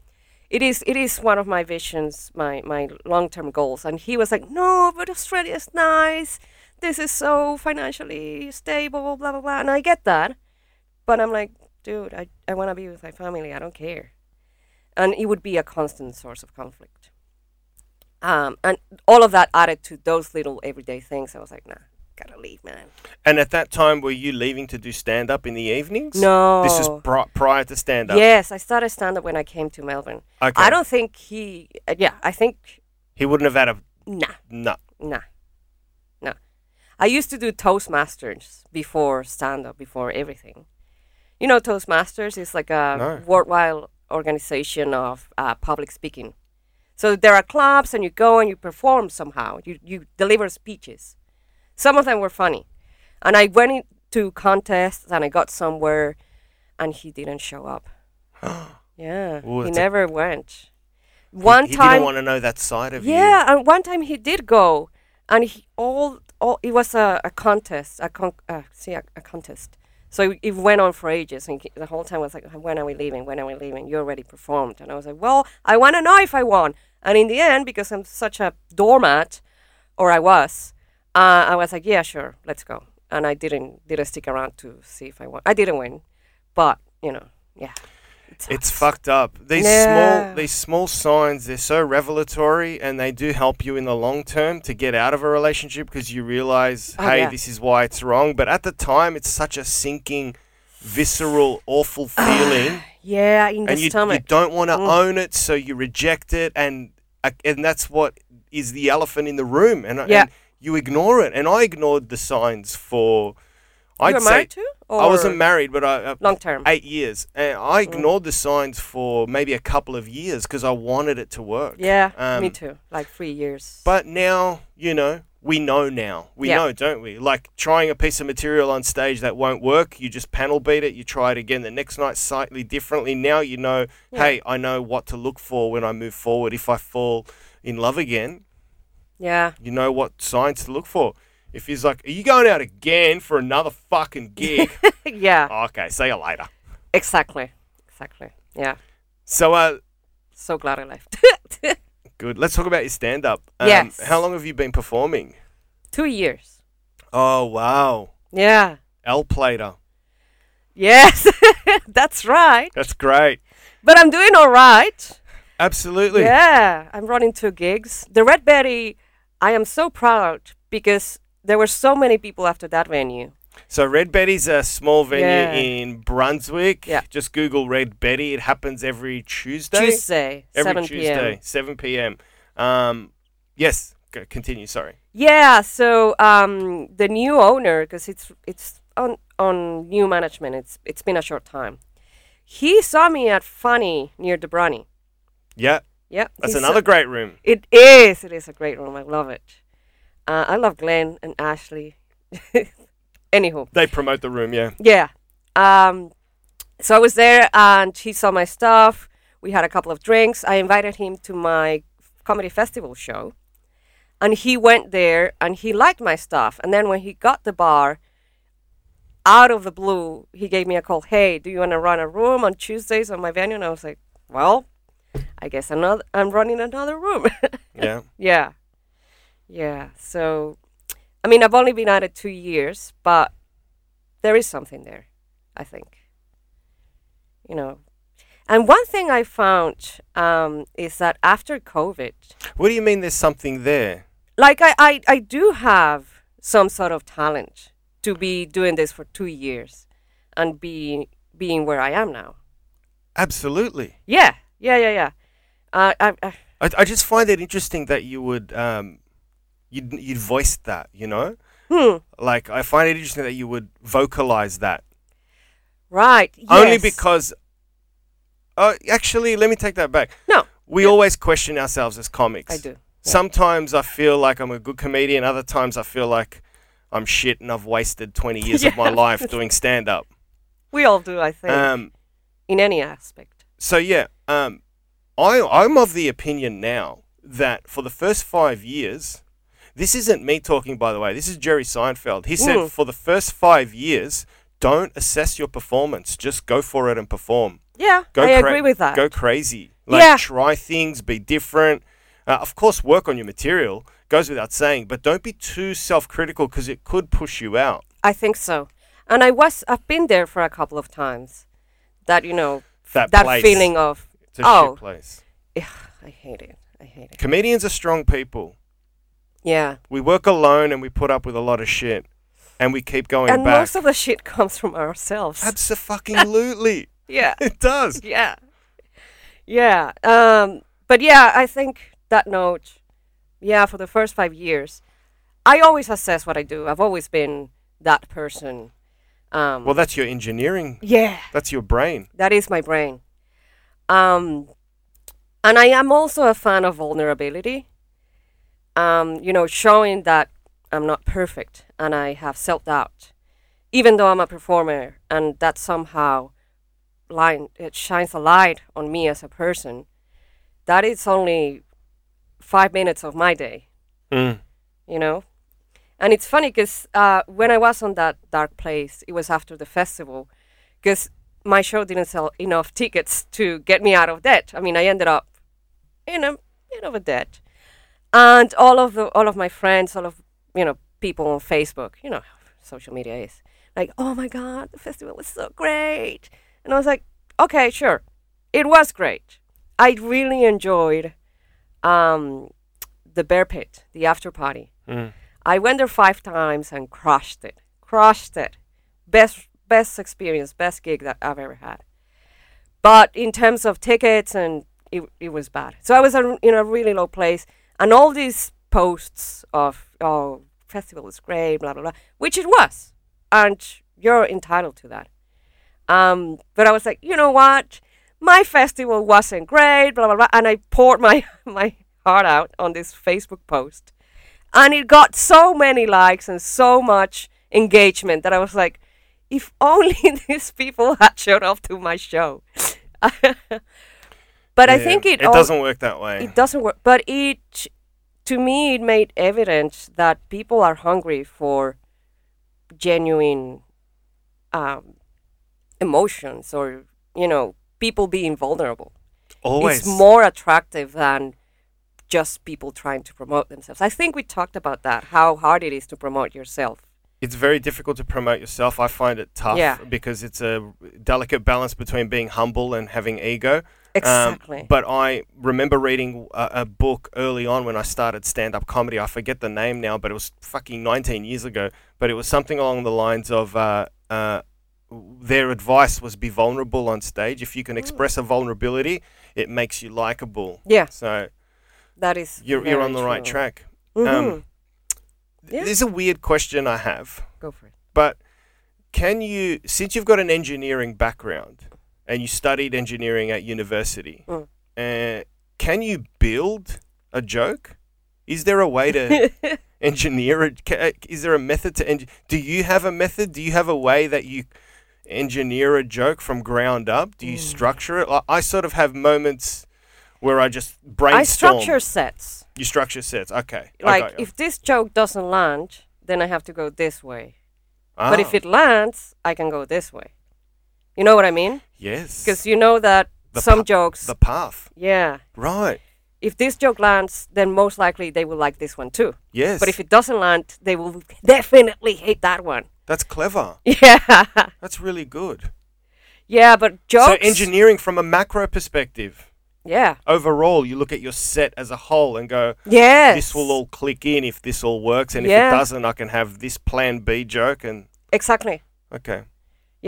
B: It is it is one of my visions, my my long term goals. And he was like, No, but Australia is nice. This is so financially stable, blah blah blah. And I get that. But I'm like, dude, I, I wanna be with my family, I don't care. and it would be a constant source of conflict. Um, and all of that added to those little everyday things, I was like, nah, gotta leave, man.
A: And at that time, were you leaving to do stand up in the evenings?
B: No.
A: This is pri prior to stand up.
B: Yes, I started stand up when I came to Melbourne.
A: Okay.
B: I don't think he, uh, yeah, I think,
A: He wouldn't have had a
B: nah,
A: no.
B: nah, nah. I used to do Toastmasters before stand up, before everything. You know, Toastmasters is like a
A: No.
B: worldwide organization of uh, public speaking. So there are clubs, and you go and you perform somehow. You you deliver speeches. Some of them were funny, and I went into contests and I got somewhere, and he didn't show up. yeah,
A: Ooh,
B: he
A: that's a-
B: never went. One
A: he
B: time,
A: didn't want to know that side of you.
B: yeah, and one time he did go, and he all all it was a, a contest, a con- uh, see a, a contest. So it, it went on for ages, and he- the whole time I was like, "When are we leaving? When are we leaving? You already performed." And I was like, "Well, I want to know if I won." And in the end, because I'm such a doormat, or I was, uh, I was like, "Yeah, sure, let's go." And I didn't didn't stick around to see if I won. I didn't win, but you know, yeah, it
A: It's
B: sucks.
A: fucked up. These
B: Yeah.
A: small these small signs, they're so revelatory and they do help you in the long term to get out of a relationship because you realize,
B: Oh,
A: hey,
B: yeah.
A: this is why it's wrong. But at the time it's such a sinking, visceral, awful feeling.
B: Yeah, Ah, in the
A: and you, you
B: stomach.
A: don't want to
B: Mm.
A: own it, so you reject it, and uh, and that's what is the elephant in the room, and,
B: Yeah.
A: and you ignore it. And I ignored the signs for,
B: you
A: I'd
B: were
A: say,
B: married to?
A: I
B: or-
A: wasn't married, but I, uh,
B: long term.
A: eight years, and I
B: Mm.
A: ignored the signs for maybe a couple of years because I wanted it to work.
B: yeah, me
A: um,
B: too. Like three years.
A: But now, you know, we know now. We
B: Yeah.
A: know, don't we? Like trying a piece of material on stage that won't work, you just panel beat it, you try it again the next night slightly differently. Now you know,
B: Yeah.
A: hey, I know what to look for when I move forward. If I fall in love again,
B: yeah,
A: you know what signs to look for. If he's like, Are you going out again for another fucking gig? Oh,
B: yeah,
A: okay, see you later.
B: exactly, exactly. Yeah,
A: So uh
B: so glad I left.
A: good. Let's talk about your stand up.
B: Yes.
A: how long have you been performing?
B: Two years.
A: Oh wow.
B: Yeah.
A: L plater.
B: Yes, that's right.
A: That's great.
B: But I'm doing all right.
A: Absolutely.
B: Yeah, I'm running two gigs. The Red Betty, I am so proud because there were so many people after that venue.
A: So Red Betty's a small venue
B: Yeah.
A: in Brunswick.
B: Yeah.
A: Just Google Red Betty. It happens every Tuesday.
B: Tuesday,
A: every
B: 7
A: Tuesday,
B: p.m.
A: 7 p.m. Um, yes. Go, continue. Sorry.
B: Yeah, so um, the new owner, because it's it's on on new management. It's it's been a short time. He saw me at Funny near Debrani.
A: Yeah.
B: Yeah,
A: That's
B: he saw-
A: another great room.
B: it is. It is a great room. I love it. Uh, I love Glenn and Ashley. Anywho,
A: They promote the room. Yeah.
B: yeah. Um, so I was there and he saw my stuff. We had a couple of drinks. I invited him to my comedy festival show. And he went there and he liked my stuff. And then when he got the bar, out of the blue, he gave me a call. Hey, do you want to run a room on Tuesdays on my venue? And I was like, well, I guess another, I'm running another room.
A: Yeah.
B: Yeah. Yeah. So, I mean, I've only been at it two years, but there is something there, I think. You know. And one thing I found um, is that after COVID,
A: What do you mean? There's something there.
B: like I, I, I do have some sort of talent to be doing this for two years and be being where I am now.
A: Absolutely.
B: Yeah. Yeah. Yeah. Yeah. Uh, I, I,
A: I, I just find it interesting that you would um, you'd you'd voice that. You know.
B: hmm.
A: Like I find it interesting that you would vocalize that.
B: Right.
A: Only
B: yes.
A: because. Uh, actually, let me take that back.
B: No.
A: We always question ourselves as comics.
B: I do.
A: Sometimes I feel like I'm a good comedian. Other times I feel like I'm shit and I've wasted 20 years of my
B: Yeah.
A: life doing stand up.
B: We all do, I think,
A: Um,
B: in any aspect.
A: so yeah, um, I I'm of the opinion now that for the first five years, this isn't me talking by the way. This is Jerry Seinfeld. He said
B: Mm.
A: for the first five years, don't assess your performance. Just go for it and perform.
B: Yeah,
A: Go
B: I
A: cra-
B: agree with that.
A: Go crazy. Like
B: Yeah.
A: try things, be different. Uh, of course, work on your material goes without saying, but don't be too self-critical because it could push you out.
B: I think so. And I was I've been there for a couple of times. That you know
A: That
B: that
A: place.
B: feeling of
A: It's a
B: Oh.
A: shit place.
B: I hate it. I hate it.
A: Comedians are strong people.
B: Yeah.
A: We work alone and we put up with a lot of shit, and we keep going
B: and
A: back.
B: most of the shit comes from ourselves.
A: Absolutely,
B: yeah.
A: it does.
B: Yeah. Yeah. Um, but yeah, I think that note, yeah, for the first five years, I always assess what I do. I've always been that person. Um,
A: Well, that's your engineering.
B: yeah,
A: That's your brain.
B: that is my brain. Um, and I am also a fan of vulnerability. Um, you know, showing that I'm not perfect and I have self doubt, even though I'm a performer, and that somehow line it shines a light on me as a person. That is only five minutes of my day
A: Mm.
B: you know. And it's funny because uh, when I was on that dark place, it was after the festival, because my show didn't sell enough tickets to get me out of debt. I mean, I ended up in a bit of a debt, and all of the all of my friends, all of you know people on Facebook, you know, how social media is like, oh my god, the festival was so great, and I was like, okay, sure, it was great. I really enjoyed um, the bear pit, the after party.
A: Mm.
B: I went there five times and crushed it. Crushed it. Best best experience, best gig that I've ever had. But in terms of tickets and it, it was bad. So I was a, in a really low place and all these posts of oh festival is great, blah blah blah, which it was. And you're entitled to that. Um, but I was like, you know what? My festival wasn't great, blah blah blah, and I poured my my heart out on this Facebook post, and it got so many likes and so much engagement that I was like, if only these people had showed up to my show. but I
A: Yeah.
B: think it
A: it
B: al-
A: doesn't work that way.
B: it doesn't work but it to me it made evident that people are hungry for genuine um, emotions or you know people being vulnerable
A: Always.
B: it's more attractive than just people trying to promote themselves i think we talked about that how hard it is to promote yourself
A: it's very difficult to promote yourself. I find it tough
B: Yeah.
A: because it's a delicate balance between being humble and having ego. Um,
B: exactly
A: but I remember reading a, a book early on when I started stand up comedy. I forget the name now, but it was fucking 19 years ago. But it was something along the lines of uh, uh, their advice was be vulnerable on stage. If you
B: Hmm.
A: can express a vulnerability, it makes you likable.
B: yeah
A: So
B: that is
A: you're, you're
B: very
A: on the right
B: true.
A: track. Um,
B: Mhm. Yeah.
A: There's a weird question I have.
B: go for it
A: But can you, since you've got an engineering background and you studied engineering at university,
B: Mm.
A: uh, can you build a joke? Is there a way to engineer it? Ca- Is there a method to eng- Do you have a method? Do you have a way that you engineer a joke from ground up? Do you
B: Hmm.
A: structure it? I, I sort of have moments where I just brainstorm.
B: i structure sets
A: You structure sets. Okay. I
B: like
A: got you.
B: if this joke doesn't land then i have to go this way
A: Ah,
B: but if it lands i can go this way you know what i mean
A: yes,
B: because you know that
A: The
B: some
A: pa-
B: jokes
A: the path,
B: yeah
A: right?
B: if this joke lands then most likely they will like this one too
A: Yes,
B: but if it doesn't land they will definitely hate that one
A: that's clever.
B: yeah
A: That's really good.
B: yeah but jokes
A: So engineering from a macro perspective,
B: yeah
A: overall, you look at your set as a whole and go,
B: yes
A: this will all click in if this all works, and
B: Yeah.
A: if it doesn't, I can have this plan B joke. And
B: exactly
A: okay,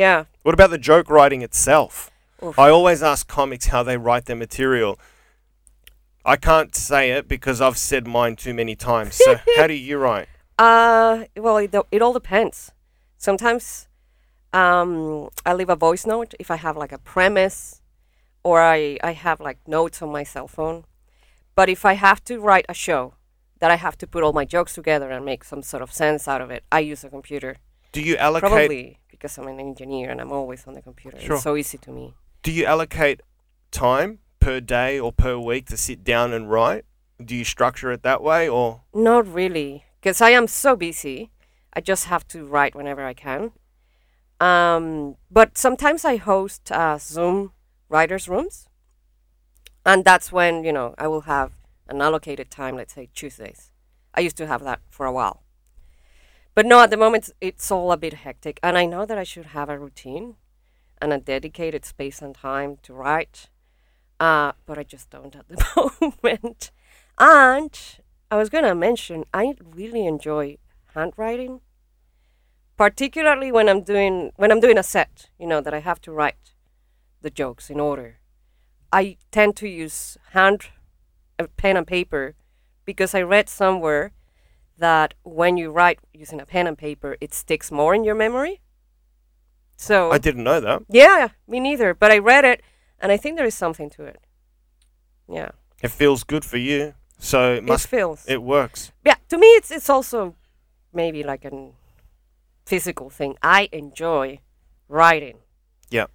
B: yeah
A: what about the joke writing itself?
B: Oof.
A: I always ask comics how they write their material. I can't say it because I've said mine too many times. So how do you write?
B: Uh, well, it, do- it all depends. Sometimes um, I leave a voice note if I have like a premise or I, I have like notes on my cell phone. But if I have to write a show that I have to put all my jokes together and make some sort of sense out of it, I use a computer.
A: Do you allocate?
B: Probably because I'm an engineer and I'm always on the computer.
A: Sure.
B: It's so easy to me.
A: Do you allocate time per day or per week to sit down and write? Do you structure it that way, or
B: Not really, because I am so busy. I just have to write whenever I can. Um, but sometimes I host uh, Zoom writers' rooms, and that's when you know I will have an allocated time. Let's say Tuesdays. I used to have that for a while, but no, at the moment it's all a bit hectic, and I know that I should have a routine and a dedicated space and time to write. Uh, but I just don't at the moment. And I was going to mention, I really enjoy handwriting, particularly when I'm doing when I'm doing a set. You know that I have to write the jokes in order. I tend to use hand, uh, pen and paper, because I read somewhere that when you write using a pen and paper, it sticks more in your memory. So
A: I didn't know that.
B: yeah, me neither. But I read it, and I think there is something to it. Yeah,
A: It feels good for you, so it
B: it
A: must
B: feels.
A: it works.
B: yeah, to me, it's it's also maybe like an physical thing. I enjoy writing.
A: Yeah.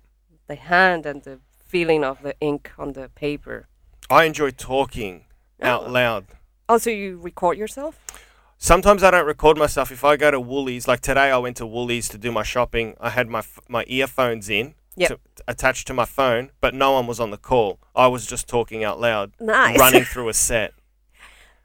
B: The hand and the feeling of the ink on the paper.
A: I enjoy talking out
B: Oh.
A: loud.
B: Also, you record yourself.
A: Sometimes I don't record myself. If I go to Woolies, like today, I went to Woolies to do my shopping. I had my f- my earphones in,
B: Yep.
A: to, attached to my phone, but no one was on the call. I was just talking out loud,
B: Nice.
A: running through a set.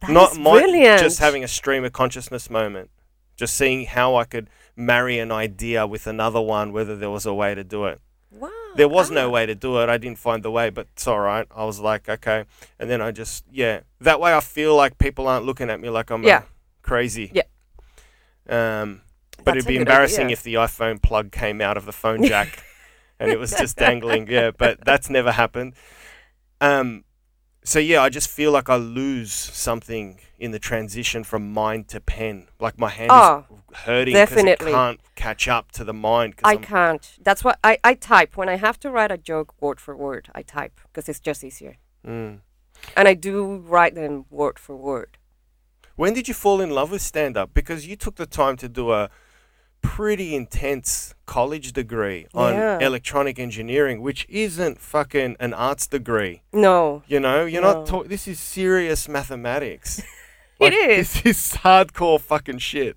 B: That
A: Not
B: is
A: my,
B: brilliant.
A: just having a stream of consciousness moment, just seeing how I could marry an idea with another one, whether there was a way to do it.
B: Wow.
A: There was
B: ah.
A: no way to do it. I didn't find the way, but it's all right. I was like, okay, and then I just yeah. That way, I feel like people aren't looking at me like I'm a
B: Yeah.
A: crazy.
B: Yeah.
A: Um, but
B: That's
A: it'd
B: a
A: be
B: good
A: embarrassing
B: idea.
A: if the iPhone plug came out of the phone jack and it was just dangling. Yeah, but that's never happened. Um, so yeah, I just feel like I lose something in the transition from mind to pen. Like my hand
B: Oh,
A: is hurting because it
B: definitely.
A: can't catch up to the mind.
B: I
A: Cause I'm-
B: can't. That's why I, I type. When I have to write a joke word for word, I type because it's just easier.
A: Mm.
B: And I do write them word for word.
A: When did you fall in love with stand up? Because you took the time to do a pretty intense college degree on
B: Yeah.
A: electronic engineering, which isn't fucking an arts degree.
B: No.
A: You know, you're
B: No.
A: not talking. This is serious mathematics.
B: It
A: This is hardcore fucking shit.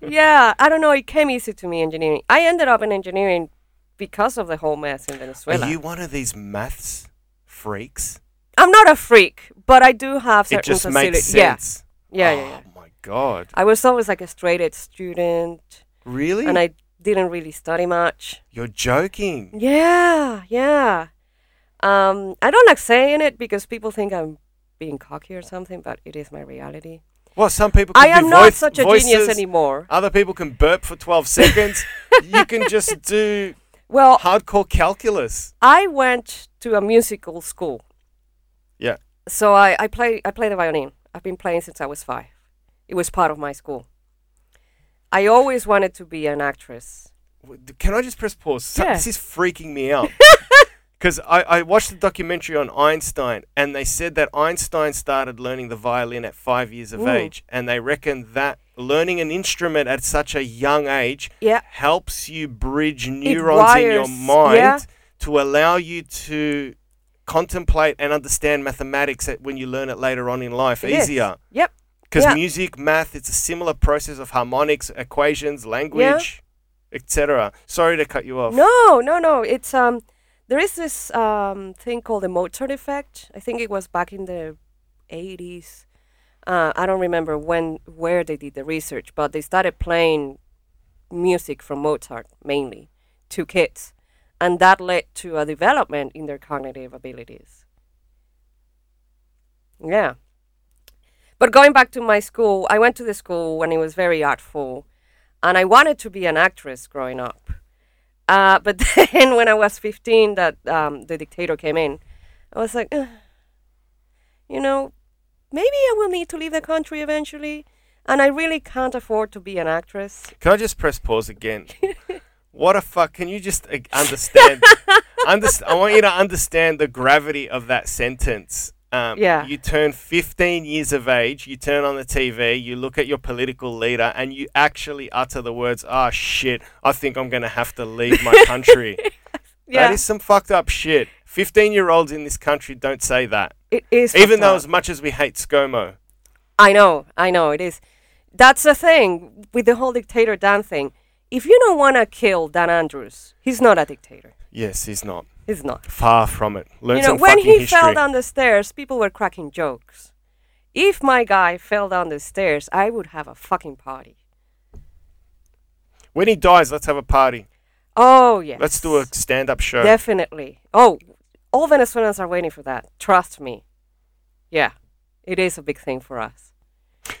B: yeah, I don't know. It came easy to me, engineering. I ended up in engineering because of the whole mess in Venezuela.
A: Are you one of these maths freaks?
B: I'm not a freak, but I do have certain
A: It just
B: facili-
A: makes
B: Yeah.
A: sense.
B: Yeah, yeah, yeah.
A: Oh my god.
B: I was always like a straight A student,
A: Really?
B: and I didn't really study much.
A: you're joking.
B: Yeah, yeah. Um, I don't like saying it because people think I'm being cocky or something, but it is my reality.
A: Well, some people. Can
B: I
A: do
B: am not
A: voice-
B: such a
A: voices.
B: genius anymore.
A: Other people can burp for 12 seconds. you can just do
B: Well,
A: hardcore calculus.
B: I went to a musical school,
A: Yeah.
B: so I, I play I play the violin. I've been playing since I was five. It was part of my school. I always wanted to be an actress.
A: W- d- Can I just press pause? So-
B: Yeah.
A: This is freaking me out. Because I, I watched the documentary on Einstein, and they said that Einstein started learning the violin at five years of
B: Ooh.
A: age. And they reckon that learning an instrument at such a young age
B: Yeah.
A: helps you bridge neurons in your
B: wires,
A: mind
B: yeah.
A: to allow you to contemplate and understand mathematics at, when you learn it later on in life
B: It is.
A: easier.
B: Yep.
A: Because
B: Yeah.
A: music, math, it's a similar process of harmonics, equations, language, etc. Sorry to cut you off.
B: No, no, no. It's um, there is this um thing called the Mozart effect. I think it was back in the eighties. Uh, I don't remember when where they did the research, but they started playing music from Mozart mainly to kids, and that led to a development in their cognitive abilities. Yeah. But going back to my school, I went to the school when it was very artful, and I wanted to be an actress growing up. Uh, but then when I was 15, that um, the dictator came in, I was like, "Ugh, you know, maybe I will need to leave the country eventually, and I really can't afford to be an actress.
A: Can I just press pause again? what a fuck! Can you just uh, understand? underst- I want you to understand the gravity of that sentence. Um,
B: Yeah.
A: You turn 15 years of age. You turn on the TV. You look at your political leader, and you actually utter the words, "Ah, shit! I think I'm gonna have to leave my country."
B: Yeah,
A: That is some fucked up shit. 15 year olds in this country don't say that.
B: it is.
A: Even
B: fucked
A: though,
B: up.
A: as much as we hate ScoMo,
B: I know, I know, it is. That's the thing with the whole dictator Dan thing. If you don't want to kill Dan Andrews, he's not a dictator.
A: yes, he's not.
B: He's not.
A: Far from it. Learn
B: you know,
A: some
B: when
A: fucking
B: he
A: history.
B: fell down the stairs, people were cracking jokes. If my guy fell down the stairs, I would have a fucking party.
A: When he dies, let's have a party.
B: Oh yes.
A: Let's do a stand up show.
B: Definitely. Oh, all Venezuelans are waiting for that. Trust me. Yeah, it is a big thing for us.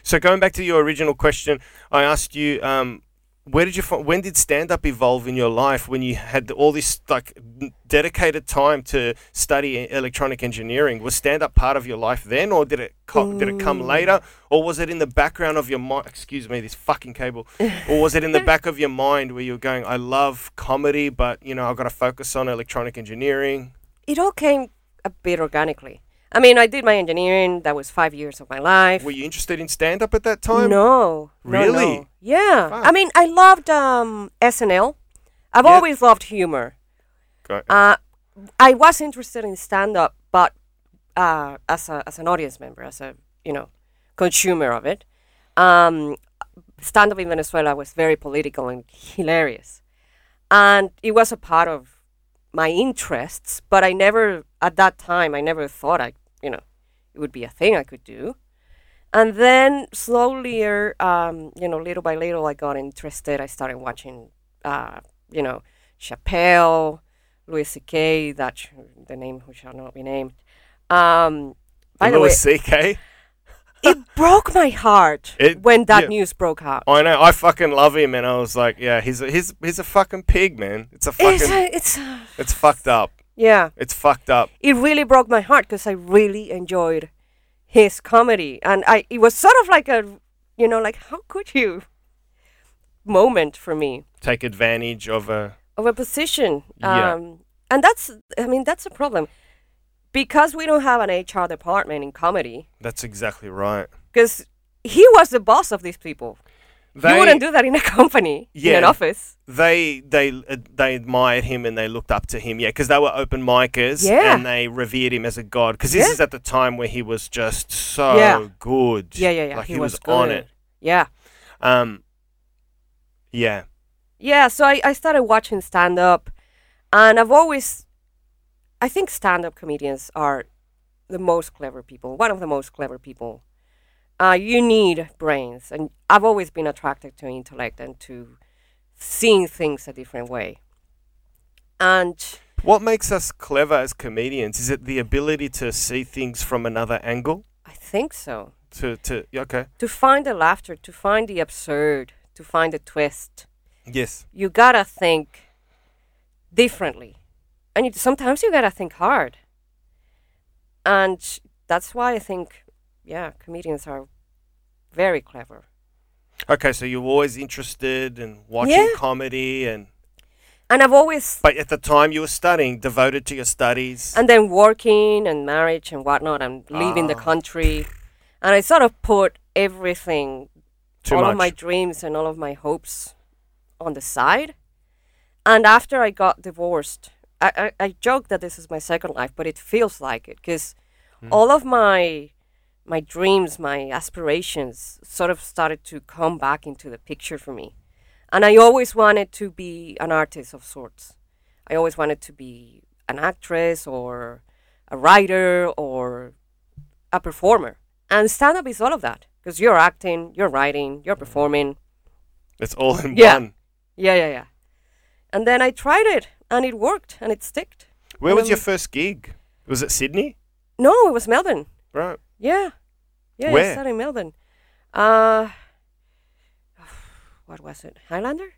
A: So going back to your original question, I asked you, um, where did you fi- when did stand up evolve in your life when you had all this like dedicated time to study e-, electronic engineering? Was stand up part of your life then, or did it co- did it come later, or was it in the background of your mind? Excuse me, this fucking cable. or was it in the back of your mind where you were going, I love comedy, but you know I've got to focus on electronic engineering.
B: It all came a bit organically. I mean, I did my engineering. That was five years of my life.
A: Were you interested in stand up at that time?
B: No. no,
A: Really?
B: no. Yeah.
A: Fuck.
B: I mean, I loved um, SNL. I've
A: Yeah.
B: always loved humor.
A: Go-
B: Uh, I was interested in stand up, but uh, as a as an audience member, as a you know consumer of it, um, stand up in Venezuela was very political and hilarious, and it was a part of my interests. But I never at that time I never thought I you know it would be a thing I could do. And then slowly, er, um, you know, little by little, I got interested. I started watching, uh, you know, Chappelle, Louis C.K., that sh- the name who shall not be named. Um, by the way,
A: Louis C.K.
B: it broke my heart
A: It-
B: when that
A: yeah. Oh,
B: news broke out.
A: I know. I fucking love him, and I was like, yeah, he's a, he's he's a fucking pig, man. It's a fucking
B: It's, uh, it's uh,
A: it's fucked up.
B: yeah,
A: It's fucked up.
B: it really broke my heart because I really enjoyed his comedy, and I it was sort of like a, you know, like how could you, moment for me.
A: Take advantage of a
B: of a position.
A: Yeah.
B: Um, and that's, I mean, that's a problem because we don't have an HR department in comedy
A: that's exactly right.
B: because he was the boss of these people.
A: They
B: you wouldn't do that in a company, in an
A: Yeah.
B: office.
A: they they uh, they admired him and they looked up to him, yeah, because they were open micers
B: Yeah.
A: and they revered him as a god. Because this
B: Yeah.
A: is at the time where he was just so
B: Yeah.
A: good.
B: Yeah, yeah, yeah.
A: Like he, was, on it.
B: Yeah.
A: Um, yeah,
B: Yeah. So I, I started watching stand up and I've always, I think stand up comedians are the most clever people, one of the most clever people. Uh, you need brains. And I've always been attracted to intellect and to seeing things a different way. And
A: what makes us clever as comedians is it the ability to see things from another angle?
B: I think so.
A: To to yeah, okay,
B: To find the laughter, to find the absurd, to find the twist,
A: yes,
B: you gotta think differently. And you, sometimes you gotta think hard. And that's why I think, yeah, comedians are very clever.
A: okay. So you're always interested in watching
B: Yeah.
A: comedy and.
B: And I've always
A: But at the time you were studying, devoted to your studies.
B: and then working and marriage and whatnot and leaving the
A: Ah.
B: country and i sort of put everything
A: too
B: all
A: much.
B: of my dreams and all of my hopes on the side and after i got divorced i, I, I joke that this is my second life but it feels like it because
A: Hmm.
B: all of my my dreams my aspirations sort of started to come back into the picture for me and i always wanted to be an artist of sorts I always wanted to be an actress or a writer or a performer. And stand up is all of that because you're acting, you're writing, you're performing.
A: It's all in
B: Yeah.
A: one.
B: Yeah, yeah, yeah. And then I tried it and it worked and it sticked.
A: Where was your
B: Um,
A: first gig? Was it Sydney?
B: No, it was Melbourne.
A: Right.
B: Yeah. Yeah, I
A: Where?
B: started in Melbourne. Uh, what was it? Highlander?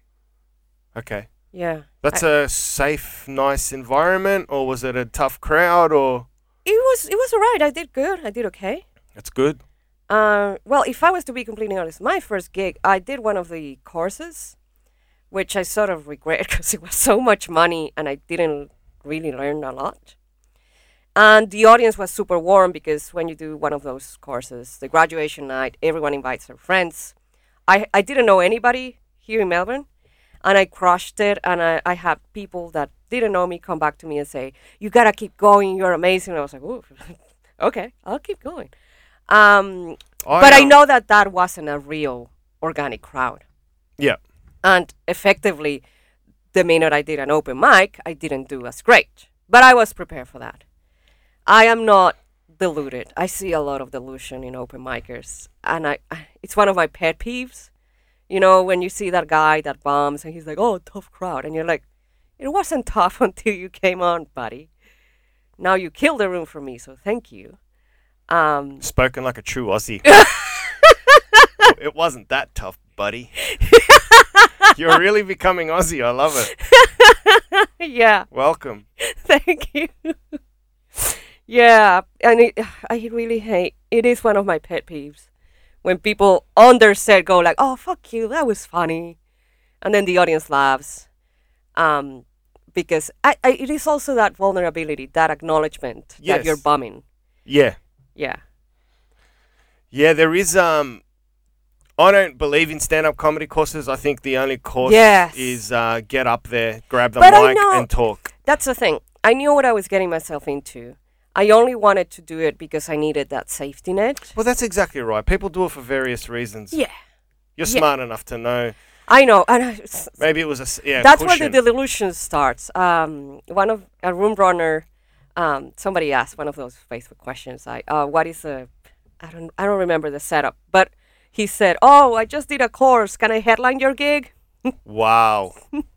A: Okay.
B: Yeah.
A: That's a safe, nice environment, or was it a tough crowd? Or
B: It was it was all right. I did good. I did okay.
A: that's good.
B: Uh, well, if I was to be completely honest, my first gig, I did one of the courses, which I sort of regret because it was so much money and I didn't really learn a lot. And the audience was super warm because when you do one of those courses, the graduation night, everyone invites their friends. I, I didn't know anybody here in Melbourne and I crushed it. And I, I had people that didn't know me come back to me and say, You gotta keep going, you're amazing. And I was like, Ooh, okay, I'll keep going. Um,
A: Oh,
B: but I know that that wasn't a real organic crowd.
A: Yeah.
B: And effectively, the minute I did an open mic, I didn't do as great. But I was prepared for that. I am not deluded. I see a lot of delusion in open micers, and I, I it's one of my pet peeves. You know, when you see that guy that bombs and he's like, "Oh, tough crowd," and you're like, "It wasn't tough until you came on, buddy." Now you killed the room for me, so thank you. Um,
A: Spoken like a true Aussie. it wasn't that tough, buddy. You're really becoming Aussie. I love it.
B: yeah,
A: Welcome.
B: thank you. yeah, and it, I really hate. It is one of my pet peeves when people on their set go like, "Oh fuck you, that was funny," and then the audience laughs. Um, because I, I, it is also that vulnerability, that acknowledgement that you're
A: Yes.
B: bumming.
A: Yeah.
B: Yeah.
A: Yeah, there is um I don't believe in stand-up comedy courses. I think the only course
B: Yes.
A: is uh, get up there, grab the
B: But I
A: mic
B: know-
A: and talk.
B: That's the thing. I knew what I was getting myself into. I only wanted to do it because I needed that safety net.
A: Well, that's exactly right. People do it for various reasons.
B: Yeah,
A: You're
B: yeah.
A: smart enough to know.
B: I know. And I, s-
A: Maybe it was a s- yeah,
B: that's where
A: cushion.
B: the delusion starts. Um, one of a room runner, um, somebody asked one of those Facebook questions. I, uh, what is the, I don't, I don't remember the setup, but he said, "Oh, I just did a course. Can I headline your gig?"
A: Wow.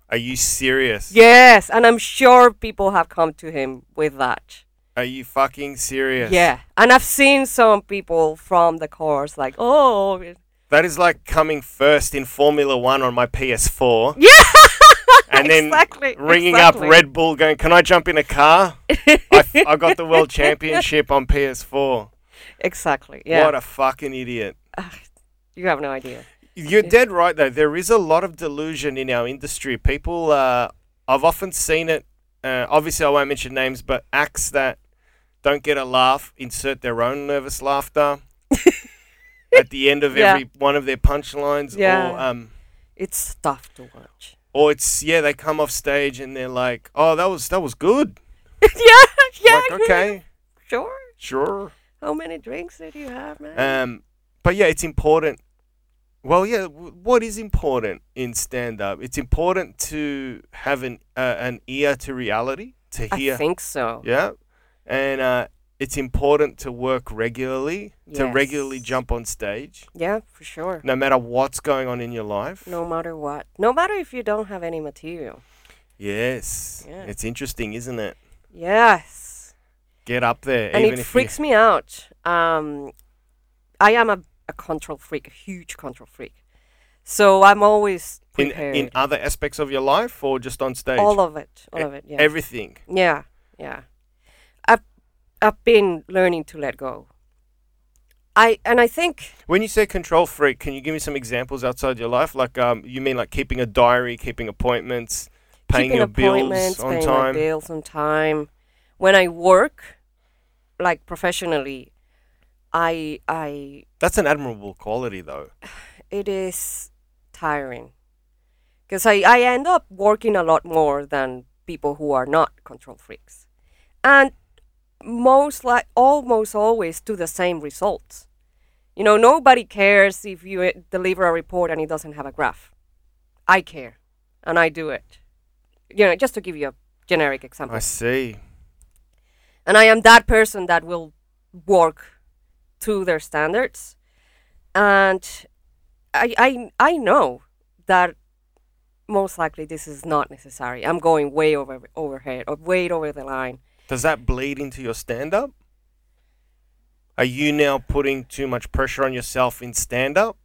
A: Are you serious?
B: Yes, and I'm sure people have come to him with that.
A: Are you fucking serious?
B: Yeah, and I've seen some people from the course like, "Oh, it-
A: That is like coming first in Formula One on my PS4.
B: Yeah.
A: And then
B: Exactly,
A: ringing
B: exactly.
A: up Red Bull, going, "Can I jump in a car? I, f- I got the world championship on PS4."
B: Exactly. Yeah.
A: What a fucking idiot!
B: you have no idea.
A: You're dead right, though. There is a lot of delusion in our industry. People, uh, I've often seen it. Uh, obviously, I won't mention names, but acts that don't get a laugh insert their own nervous laughter at the end of
B: Yeah.
A: every one of their punchlines.
B: Yeah.
A: Or, um,
B: It's tough to watch.
A: or it's yeah, they come off stage and they're like, "Oh, that was that was good."
B: yeah, yeah.
A: Like, okay,
B: Sure.
A: sure.
B: How many drinks did you have, man?
A: Um, but yeah, it's important. Well, yeah, w- what is important in stand up? It's important to have an uh, an ear to reality, to
B: I
A: hear.
B: think so.
A: Yeah. And uh, it's important to work regularly, to regularly
B: Yes.
A: jump on stage,
B: Yeah, for sure.
A: no matter what's going on in your life.
B: No matter what. No matter if you don't have any material.
A: Yes.
B: Yeah.
A: It's interesting, isn't it?
B: Yes.
A: Get up there.
B: And
A: even
B: it
A: if
B: freaks me out. Um, I am a, a control freak, a huge control freak. So I'm always
A: you in,
B: prepared.
A: in other aspects of your life or just on stage?
B: all of it. All
A: E-
B: of it. Yeah.
A: Everything.
B: Yeah, yeah. I've I've been learning to let go. I and I think
A: When you say control freak, can you give me some examples outside your life? Like, um, you mean like keeping a diary, keeping appointments, paying
B: keeping
A: your
B: appointments,
A: bills on
B: paying
A: time?
B: my bills on time. When I work, like professionally, I I
A: That's an admirable quality, though.
B: it is tiring because I, I end up working a lot more than people who are not control freaks and most like almost always to the same results you know nobody cares if you eh, deliver a report and it doesn't have a graph i care and i do it you know just to give you a generic example
A: I see.
B: and I am that person that will work to their standards. And I, I, I know that most likely this is not necessary. I'm going way over overhead or way over the line.
A: Does that bleed into your stand up? Are you now putting too much pressure on yourself in stand up?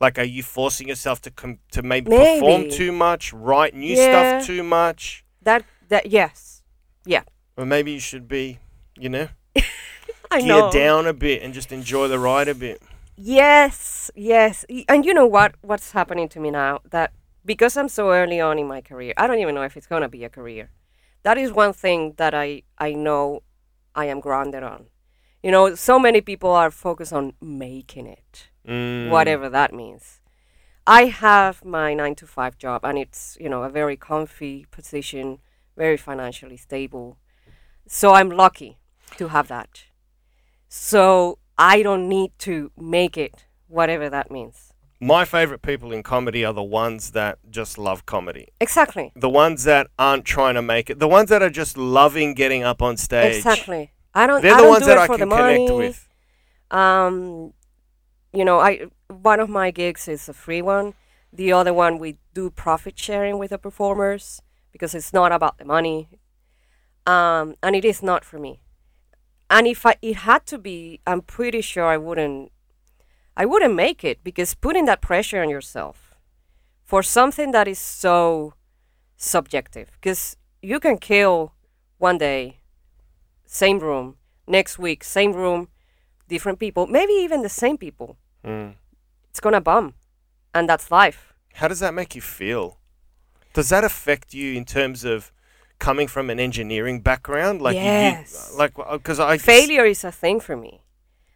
A: Like, are you forcing yourself to com- to maybe, perform
B: Maybe.
A: too much, write new
B: Yeah.
A: stuff too much,
B: That that yes, yeah,
A: or maybe you should be, you know,
B: I
A: gear
B: know.
A: down a bit and just enjoy the ride a bit?
B: Yes, yes. Y- And you know what? What's happening to me now that because I'm so early on in my career, I don't even know if it's going to be a career. That is one thing that I I know I am grounded on. You know, so many people are focused on making it,
A: Mm.
B: whatever that means. I have my 9 to 5 job and it's, you know, a very comfy position, very financially stable. So I'm lucky to have that. So I don't need to make it, whatever that means.
A: my favorite people in comedy are the ones that just love comedy.
B: Exactly.
A: The ones that aren't trying to make it. The ones that are just loving getting up on stage.
B: Exactly. I don't.
A: They're
B: I
A: the
B: don't
A: ones
B: do
A: that
B: it
A: I
B: for
A: can
B: the
A: connect
B: money.
A: with.
B: Um, you know, I one of my gigs is a free one. The other one we do profit sharing with the performers because it's not about the money. um, and it is not for me. And if I, it had to be, I'm pretty sure I wouldn't, I wouldn't make it because putting that pressure on yourself for something that is so subjective, because you can kill one day, same room, next week, same room, different people, maybe even the same people.
A: Mm.
B: It's gonna bum, and that's life.
A: How does that make you feel? Does that affect you in terms of coming from an engineering background? Like, you-
B: Yes.
A: you, like, because I
B: Failure is a thing for me.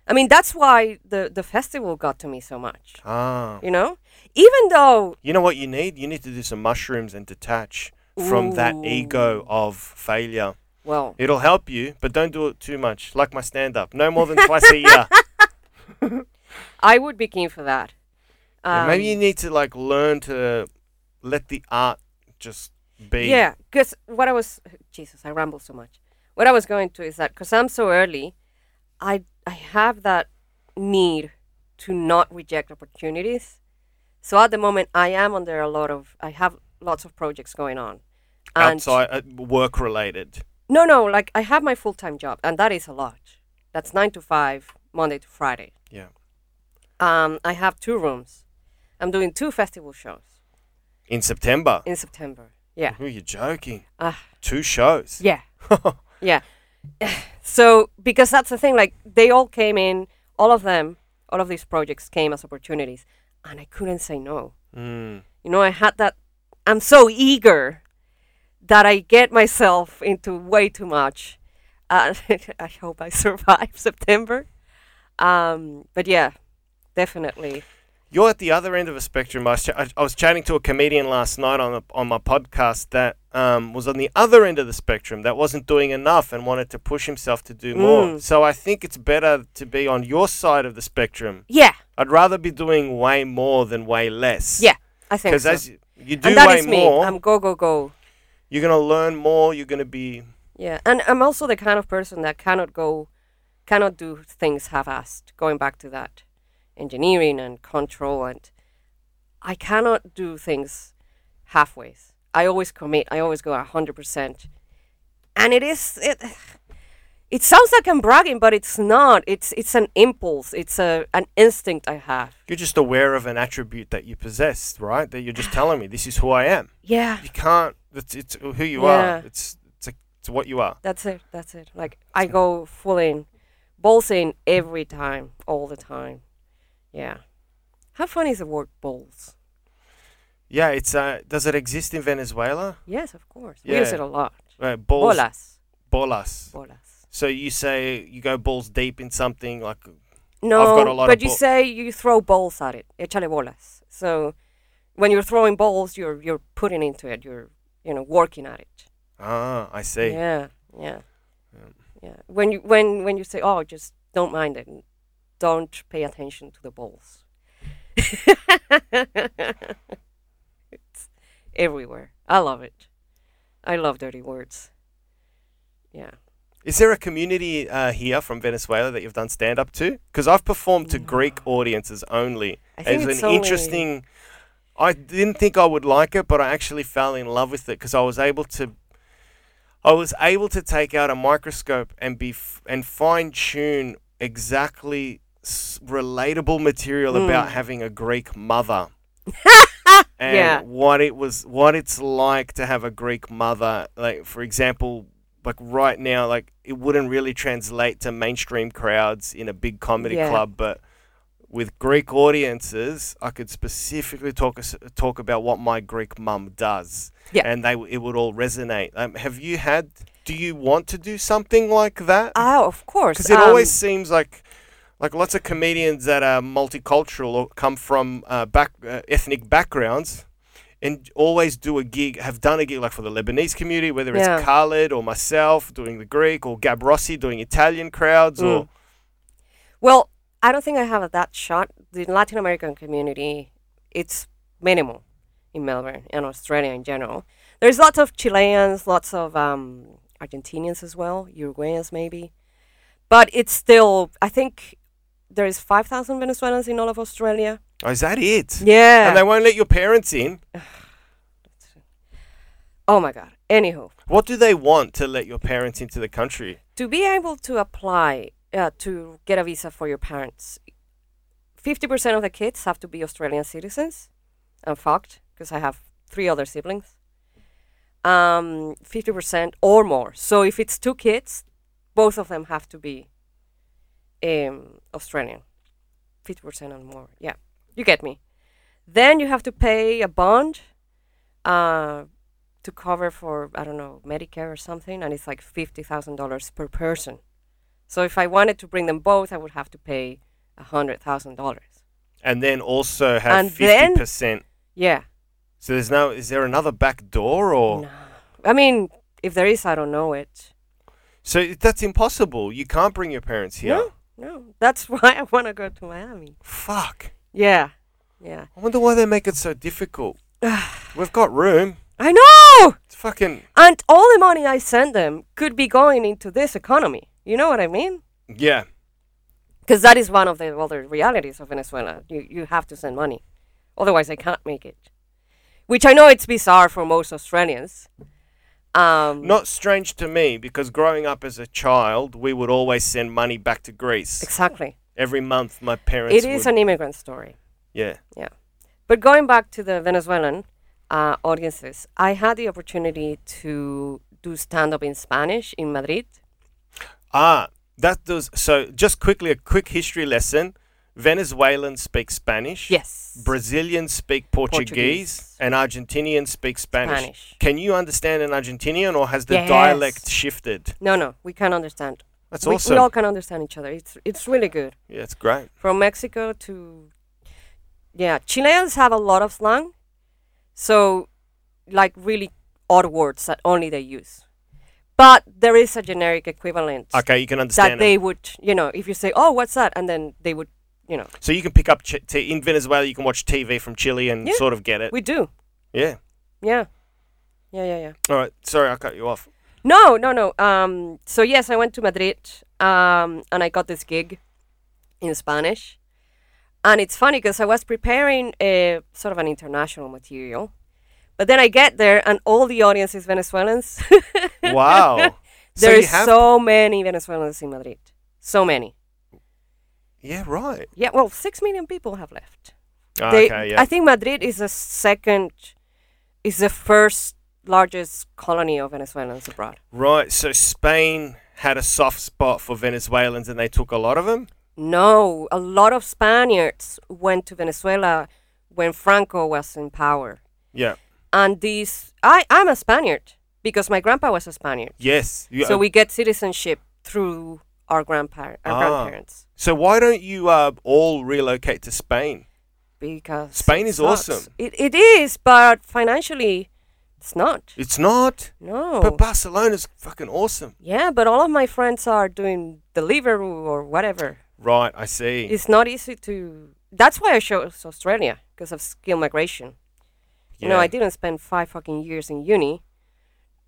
B: I mean, that's why the the festival got to me so much.
A: Ah,
B: You know, even though
A: you know what you need? You need to do some mushrooms and detach from that ego of failure.
B: well,
A: It'll help you, but don't do it too much. Like my stand up, no more than twice a year.
B: I would be keen for that.
A: And maybe
B: Um,
A: you need to like learn to let the art just be.
B: Yeah, because what I was, Jesus, I ramble so much. What I was going to is that because I'm so early, I I have that need to not reject opportunities. So at the moment, I am under a lot of, I have lots of projects going on. And
A: outside uh, work related.
B: no, no, like I have my full time job, and that is a lot. That's nine to five, Monday to Friday.
A: Yeah.
B: Um, I have two rooms. I'm doing two festival shows
A: In September.
B: in September. Yeah.
A: Who are you joking?
B: Ah.
A: Two shows.
B: Yeah. yeah. So because that's the thing, like they all came in, all of them, all of these projects came as opportunities, and I couldn't say no.
A: Mm.
B: You know, I had that. I'm so eager that I get myself into way too much. Uh, I hope I survive September. Um, but yeah, definitely.
A: You're at the other end of a spectrum. I was, ch- I I was chatting to a comedian last night on a, on my podcast that um, was on the other end of the spectrum that wasn't doing enough and wanted to push himself to do more.
B: Mm.
A: So I think it's better to be on your side of the spectrum.
B: Yeah,
A: I'd rather be doing way more than way less.
B: yeah, I think
A: Because
B: so.
A: as you, you do
B: and that
A: way
B: is me.
A: more,
B: I'm go go go.
A: you're going to learn more. You're going to be
B: Yeah, and I'm also the kind of person that cannot go, cannot do things half-assed. Going back to that, engineering and control, and I cannot do things halfways. I always commit. I always go hundred percent, and it is it. It sounds like I'm bragging, but it's not. It's it's an impulse. It's a an instinct I have.
A: You're just aware of an attribute that you possess, right? That you're just telling me this is who I am.
B: Yeah,
A: You can't. It's, it's who you
B: Yeah.
A: are. It's it's, a, it's what you are.
B: that's it. That's it. Like I go full in, balls in every time, all the time. Yeah. How funny is the word balls?
A: Yeah. It's uh, does it exist in Venezuela?
B: Yes, of course. We use
A: Yeah.
B: it a lot.
A: Uh, balls,
B: Bolas.
A: bolas.
B: Bolas.
A: So you say you go balls deep in something like
B: No,
A: got a lot
B: but
A: of
B: you
A: ball-
B: say you throw balls at it. Echale bolas. So when you're throwing balls, you're you're putting into it. You're you know working at it.
A: ah, I see.
B: Yeah, yeah,
A: Yeah.
B: yeah. When you when when you say oh, just don't mind it, don't pay attention to the balls. it's everywhere. I love it. I love dirty words. Yeah.
A: Is there a community uh, here from Venezuela that you've done stand up to? Because I've performed to Greek audiences only.
B: I think
A: it was
B: it's
A: an
B: only-
A: interesting. I didn't think I would like it, but I actually fell in love with it because I was able to. I was able to take out a microscope and be f- and fine tune exactly s- relatable material about
B: Hmm.
A: having a Greek mother. and
B: Yeah.
A: what it was what it's like to have a Greek mother like for example like right now like it wouldn't really translate to mainstream crowds in a big comedy
B: Yeah.
A: club but with Greek audiences, I could specifically talk us- talk about what my Greek mum does,
B: Yeah.
A: and they it would all resonate. Um, have you had? Do you want to do something like that?
B: Oh, of course.
A: Because it
B: um,
A: always seems like like lots of comedians that are multicultural or come from uh, back uh, ethnic backgrounds. And always do a gig, have done a gig like for the Lebanese community, whether
B: Yeah.
A: it's Khaled or myself doing the Greek or Gab Rossi doing Italian crowds
B: Mm.
A: or
B: Well, I don't think I have that shot. The Latin American community, it's minimal in Melbourne and Australia in general. There's lots of Chileans, lots of um, Argentinians as well, Uruguayans maybe. But it's still, I think there is 5,000 Venezuelans in all of Australia.
A: Oh, is that it?
B: Yeah.
A: And they won't let your parents in.
B: oh my God. Anywho,
A: What do they want to let your parents into the country?
B: to be able to apply uh, to get a visa for your parents, 50% of the kids have to be Australian citizens. I'm fucked because I have three other siblings. Um, 50% or more. So if it's two kids, both of them have to be um, Australian. 50% and more. Yeah, you get me. Then you have to pay a bond uh, to cover for, I don't know, Medicare or something, and it's like $50,000 per person. So if I wanted to bring them both, I would have to pay $100,000.
A: And then also have
B: And then-
A: fifty percent.
B: Yeah.
A: So there's no. Is there another back door or?
B: No. I mean, if there is, I don't know it.
A: So that's impossible. You can't bring your parents here.
B: No, no. That's why I want to go to Miami.
A: Fuck.
B: Yeah. Yeah.
A: I wonder why they make it so difficult. We've got room.
B: I know!
A: It's fucking.
B: And all the money I send them could be going into this economy. You know what I mean?
A: Yeah.
B: Because that is one of the other realities of Venezuela. You, you have to send money. Otherwise, I can't make it. Which I know it's bizarre for most Australians. Um,
A: Not strange to me because growing up as a child, we would always send money back to Greece.
B: Exactly.
A: Every month, my parents.
B: It is
A: would-
B: an immigrant story.
A: yeah.
B: Yeah. But going back to the Venezuelan uh, audiences, I had the opportunity to do stand up in Spanish in Madrid.
A: Ah, that does. So just quickly, a quick history lesson. Venezuelans speak Spanish.
B: Yes.
A: Brazilians speak Portuguese,
B: Portuguese.
A: and Argentinians speak Spanish.
B: Spanish.
A: Can you understand an Argentinian or has the
B: Yes.
A: dialect shifted?
B: No, no, we can understand.
A: That's
B: we, we
A: awesome.
B: all can understand each other. It's, it's really good.
A: yeah, it's great.
B: From Mexico to. Yeah, Chileans have a lot of slang. So, like, really odd words that only they use. But there is a generic equivalent
A: Okay, you can
B: that
A: understand.
B: they
A: them.
B: would, you know, if you say, oh, what's that? And then they would, you know,
A: So you can pick up ch- t- in Venezuela. You can watch TV from Chile and
B: Yeah.
A: sort of get it.
B: we do.
A: yeah.
B: Yeah. Yeah, yeah, yeah.
A: All right. Sorry, I cut you off.
B: No, no, no. Um, so yes, I went to Madrid, um, and I got this gig in Spanish, and it's funny because I was preparing a sort of an international material, but then I get there and all the audience is Venezuelans.
A: Wow. so
B: There
A: you
B: is
A: have.
B: so many Venezuelans in Madrid, so many.
A: yeah. Right.
B: Yeah, well, six million people have left.
A: Ah,
B: They-
A: okay. Yeah.
B: I think Madrid is the second, is the first largest colony of Venezuelans abroad.
A: right. So Spain had a soft spot for Venezuelans, and they took a lot of them.
B: No, a lot of Spaniards went to Venezuela when Franco was in power.
A: Yeah.
B: And these, I, I'm a Spaniard because my grandpa was a Spaniard.
A: Yes. You, uh,
B: So we get citizenship through our, grandpa- our
A: Ah.
B: grandparents.
A: So why don't you uh, all relocate to Spain?
B: Because
A: Spain
B: it
A: is
B: sucks.
A: awesome.
B: It, it is, but financially, it's not.
A: It's not.
B: No.
A: But Barcelona's fucking awesome.
B: yeah, but all of my friends are doing Deliveroo or whatever.
A: Right. I see.
B: It's not easy to. That's why I chose Australia because of skill migration. You know,
A: Yeah.
B: I didn't spend five fucking years in uni,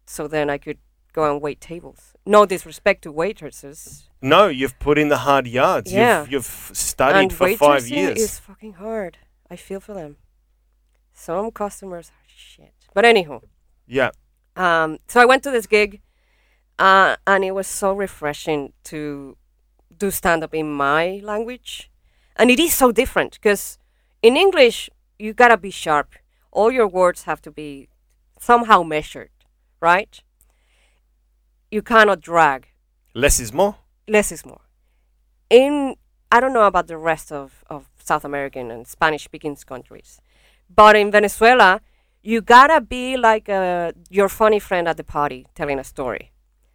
B: so then I could go and wait tables. No disrespect to waitresses.
A: No, you've put in the hard yards.
B: Yeah.
A: You've, you've studied
B: and
A: for
B: waitressing
A: five years.
B: is fucking hard. I feel for them. Some customers are shit. But anyhow,
A: Yeah.
B: um, so I went to this gig, uh, and it was so refreshing to do stand up in my language, and it is so different because in English you gotta be sharp. All your words have to be somehow measured, right? You cannot drag.
A: Less is more.
B: Less is more. In I don't know about the rest of, of South American and Spanish speaking countries, but in Venezuela, you gotta be like uh your funny friend at the party telling a story,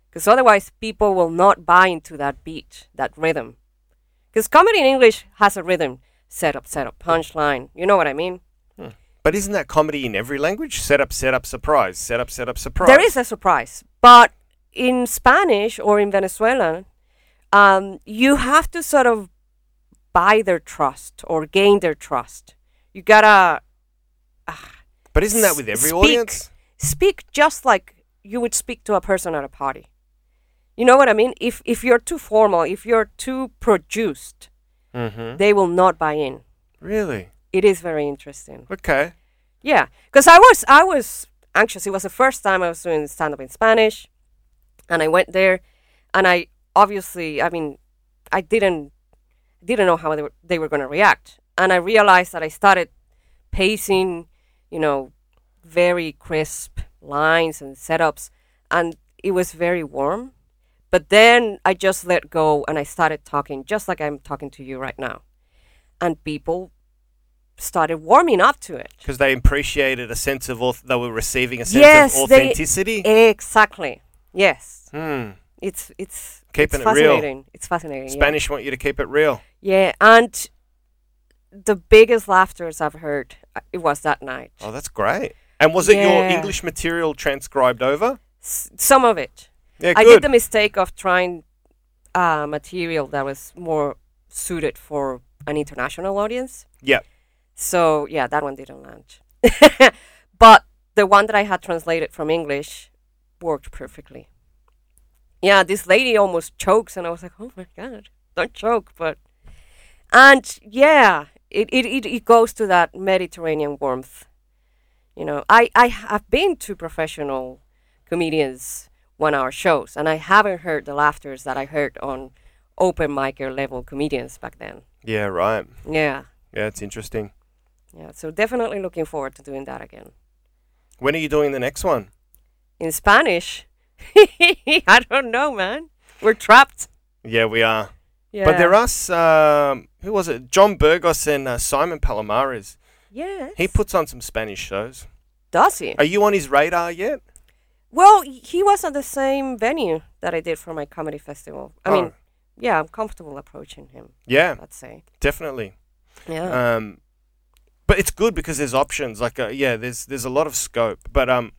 B: because otherwise people will not buy into that beat, that rhythm. Because comedy in English has a rhythm: setup, setup, punchline. You know what I mean?
A: But isn't that comedy in every language? Set up, set up, surprise. Set up, set up, surprise.
B: There is a surprise, but in Spanish or in Venezuelan, um, you have to sort of buy their trust or gain their trust. You gotta
A: But isn't that with every
B: speak,
A: audience?
B: Speak just like you would speak to a person at a party. You know what I mean? If if you're too formal, if you're too produced,
A: Mm-hmm.
B: they will not buy in.
A: Really?
B: It is very interesting.
A: Okay.
B: Yeah, because I was I was anxious. It was the first time I was doing stand up in Spanish, and I went there, and I obviously, I mean, I didn't didn't know how they were, they were going to react, and I realized that I started pacing, you know, very crisp lines and setups, and it was very warm. But then I just let go and I started talking, just like I'm talking to you right now, and people started warming up to it.
A: Because they appreciated a sense of auth- they were receiving a sense
B: Yes,
A: of
B: they-
A: authenticity.
B: Exactly. Yes.
A: Hmm.
B: It's it's
A: Keeping
B: it's
A: it real.
B: fascinating. It's fascinating. yeah.
A: Spanish want you to keep it real.
B: Yeah, and the biggest laughters I've heard uh, it was that night.
A: Oh, that's great. And was it your
B: Yeah.
A: English material transcribed over?
B: S- some of it.
A: Yeah,
B: I did
A: good.
B: the mistake of trying uh, material that was more suited for an international audience.
A: Yeah.
B: So yeah, that one didn't land. but the one that I had translated from English worked perfectly. Yeah, this lady almost chokes, and I was like, "Oh my god, don't choke!" But and yeah, it it it, it goes to that Mediterranean warmth. You know, I I have been to professional comedians one-hour shows, and I haven't heard the laughters that I heard on open micer level comedians back then.
A: Yeah, right.
B: Yeah.
A: Yeah, it's interesting.
B: Yeah, so definitely looking forward to doing that again.
A: When are you doing the next one?
B: In Spanish, I don't know, man. We're trapped.
A: Yeah, we are.
B: Yeah.
A: But there are, s- um, who was it? John Burgos and uh, Simon Palomares.
B: Yes.
A: He puts on some Spanish shows.
B: Does he?
A: Are you on his radar yet?
B: Well, he was at the same venue that I did for my comedy festival. I mean,
A: Oh,
B: yeah, I'm comfortable approaching him.
A: yeah,
B: I'd say.
A: definitely.
B: Yeah.
A: Um, but it's good because there's options. Like, uh, yeah, there's there's a lot of scope. But um,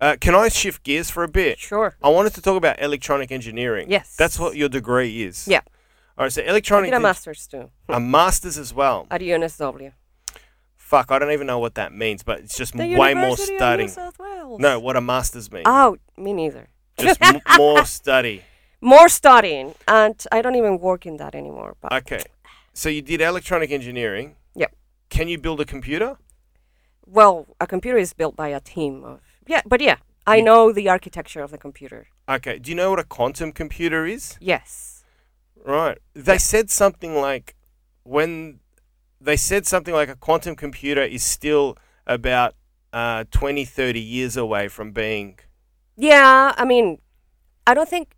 A: uh, can I shift gears for a bit?
B: sure.
A: I wanted to talk about electronic engineering.
B: Yes.
A: That's what your degree is.
B: Yeah.
A: All right, so
B: I
A: electronic
B: did a Uh.
A: en-
B: master's too
A: a master's as well.
B: at UNSW.
A: Fuck, I don't even know what that means, but it's just way
B: The
A: more
B: University of New
A: studying.
B: South Wales.
A: No, what a master's means.
B: Oh, me neither.
A: just m- more study.
B: More studying, and I don't even work in that anymore. But
A: Okay. So you did electronic engineering.
B: Yep.
A: Can you build a computer?
B: well, a computer is built by a team of yeah, but yeah, I
A: You-
B: know the architecture of the computer.
A: Okay. Do you know what a quantum computer is?
B: Yes.
A: Right. They said something like when they said something like a quantum computer is still about uh, 20, 30 years away from being.
B: Yeah, I mean, I don't think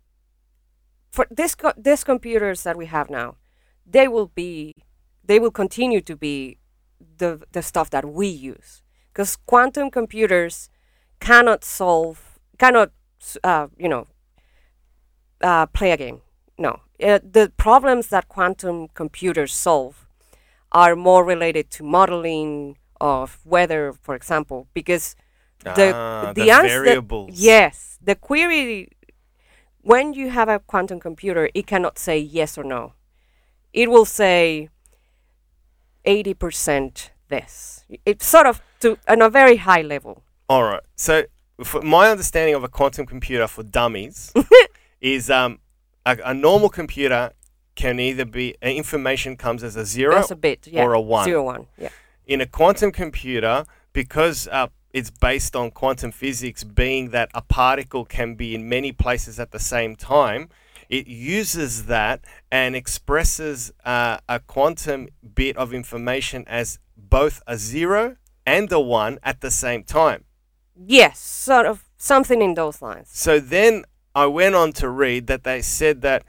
B: for this co- this computers that we have now, they will be they will continue to be the the stuff that we use because quantum computers cannot solve cannot s- uh, you know uh, play a game. No, uh, the problems that quantum computers solve are more related to modeling of weather, for example, because the
A: Ah,
B: the,
A: the
B: ans- the-
A: variables.
B: yes, the query. When you have a quantum computer, it cannot say yes or no. It will say eighty percent this. It's sort of to on a very high level.
A: All right. So for my understanding of a quantum computer for dummies is um, a, a normal computer can either be uh, information comes as a zero
B: That's a bit, yeah.
A: or a one.
B: Zero one. Yeah.
A: in a quantum computer because uh, it's based on quantum physics being that a particle can be in many places at the same time it uses that and expresses uh, a quantum bit of information as both a zero and a one at the same time
B: Yes, sort of something in those lines.
A: so then I went on to read that they said that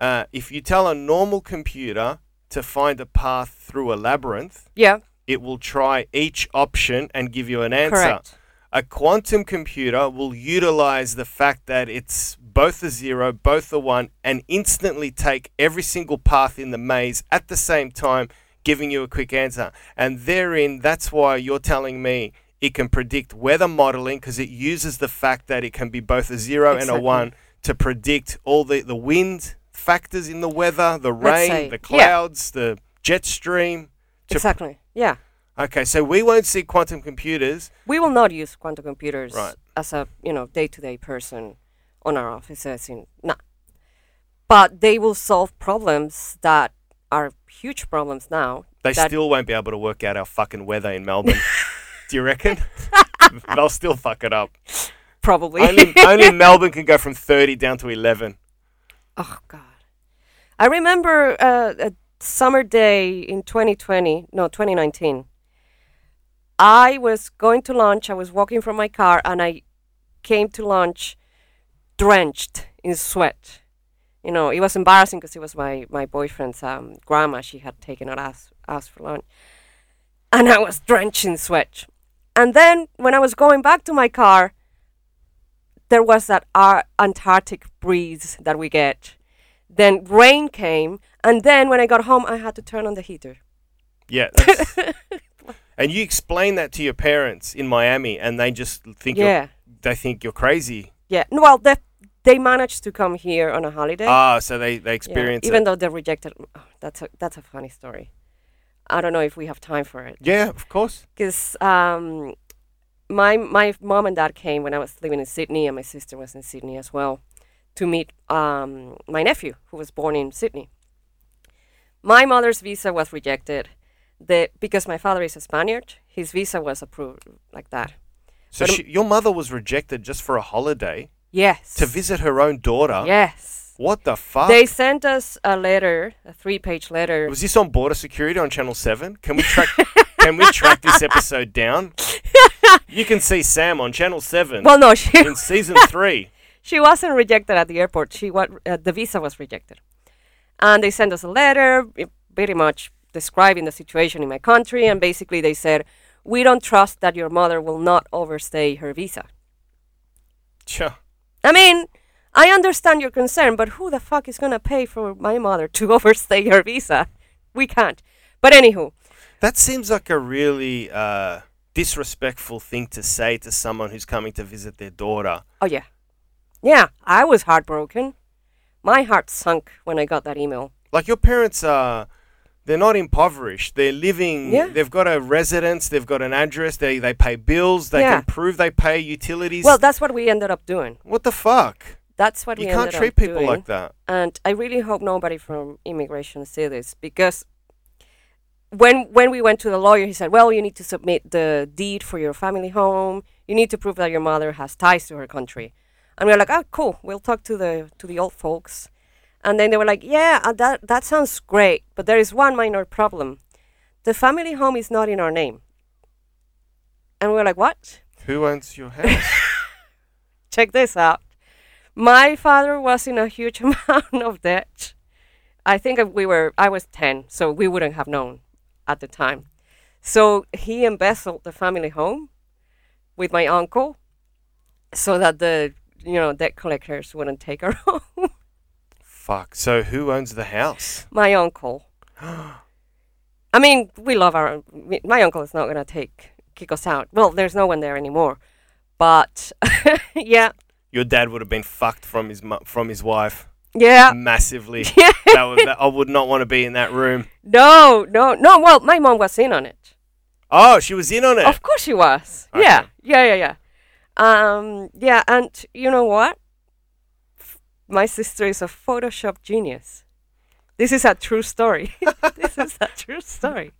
A: uh, if you tell a normal computer to find a path through a labyrinth,
B: Yeah.
A: it will try each option and give you an answer.
B: Correct.
A: A quantum computer will utilize the fact that it's both a zero, both a one, and instantly take every single path in the maze at the same time, giving you a quick answer. And therein, that's why you're telling me it can predict weather modeling because it uses the fact that it can be both a zero and a
B: Exactly.
A: one to predict all the, the wind factors in the weather, the
B: Let's
A: rain,
B: say-
A: the
B: yeah.
A: clouds, the jet stream. to-
B: Exactly. Yeah.
A: Okay, so we won't see quantum computers.
B: We will not use quantum computers
A: Right.
B: as a you know day to day person on our offices in nah. But they will solve problems that are huge problems now.
A: They
B: that
A: still won't be able to work out our fucking weather in Melbourne. Do you reckon? They'll still fuck it up.
B: Probably.
A: Only, only Melbourne can go from 30 down to 11.
B: oh God. I remember uh, a summer day in 2020, no 2019. I was going to lunch. I was walking from my car, and I came to lunch drenched in sweat. You know, it was embarrassing because it was my my boyfriend's um, grandma. She had taken us us for lunch, and I was drenched in sweat. And then when I was going back to my car, there was that Ar- Antarctic breeze that we get. Then rain came, and then when I got home, I had to turn on the heater.
A: Yeah. that's- and you explain that to your parents in Miami, and they just think
B: Yeah.
A: you're, they think you're crazy.
B: Yeah. N- Well, they they managed to come here on a holiday.
A: Ah, so they they
B: Yeah,
A: experience
B: even
A: it.
B: though they rejected. oh, that's a that's a funny story. I don't know if we have time for it
A: yeah, of course.
B: because um, my my mom and dad came when I was living in Sydney, and my sister was in Sydney as well, to meet um, my nephew who was born in Sydney. My mother's visa was rejected, the, because my father is a Spaniard. His visa was approved like that.
A: So
B: But-
A: she, your mother was rejected just for a holiday
B: Yes.
A: to visit her own daughter.
B: Yes.
A: What the fuck?
B: They sent us a letter, a three-page letter.
A: was this on border security on Channel Seven? Can we track? can we track this episode down? You can see Sam on Channel Seven
B: well, no, she
A: in season three.
B: she wasn't rejected at the airport. She wa- uh, the visa was rejected, and they sent us a letter, i- very much describing the situation in my country, and basically they said, "We don't trust that your mother will not overstay her visa."
A: Tja.
B: I mean, I understand your concern, but who the fuck is gonna pay for my mother to overstay her visa? We can't. But anywho,
A: That seems like a really uh, disrespectful thing to say to someone who's coming to visit their daughter.
B: oh yeah, yeah, I was heartbroken. My heart sunk when I got that email.
A: Like your parents are they're not impoverished. They're living
B: Yeah.
A: they've got a residence, they've got an address, they they pay bills, they
B: Yeah.
A: can prove they pay utilities.
B: Well, that's what we ended up doing.
A: what the fuck?
B: That's what
A: You
B: we
A: can't
B: ended
A: treat
B: up
A: people
B: doing.
A: like that.
B: and I really hope nobody from immigration see this because when when we went to the lawyer, he said, "Well, you need to submit the deed for your family home. You need to prove that your mother has ties to her country." And we are like, "Oh, cool. We'll talk to the to the old folks." And then they were like, "Yeah, uh, that that sounds great, but there is one minor problem. The family home is not in our name." And we were like, "What?"
A: Who owns your house?
B: check this out. My father was in a huge amount of debt. I think we were I was 10, so we wouldn't have known at the time. So he embezzled the family home with my uncle so that the you know debt collectors wouldn't take our home.
A: fuck. So who owns the house?
B: my uncle. I mean, we love our. we- My uncle is not gonna take kick us out. Well, there's no one there anymore, but yeah,
A: Your dad would have been fucked from his mu- from his wife
B: Uh, yeah.
A: massively. that was, that, I would not want to be in that room.
B: No, no, no. Well, my mom was in on it.
A: Oh, she was in on it.
B: Of course she was.
A: Okay.
B: Yeah, yeah, yeah, yeah. Um, yeah, and you know what? F- My sister is a Photoshop genius. This is a true story. this is a true story.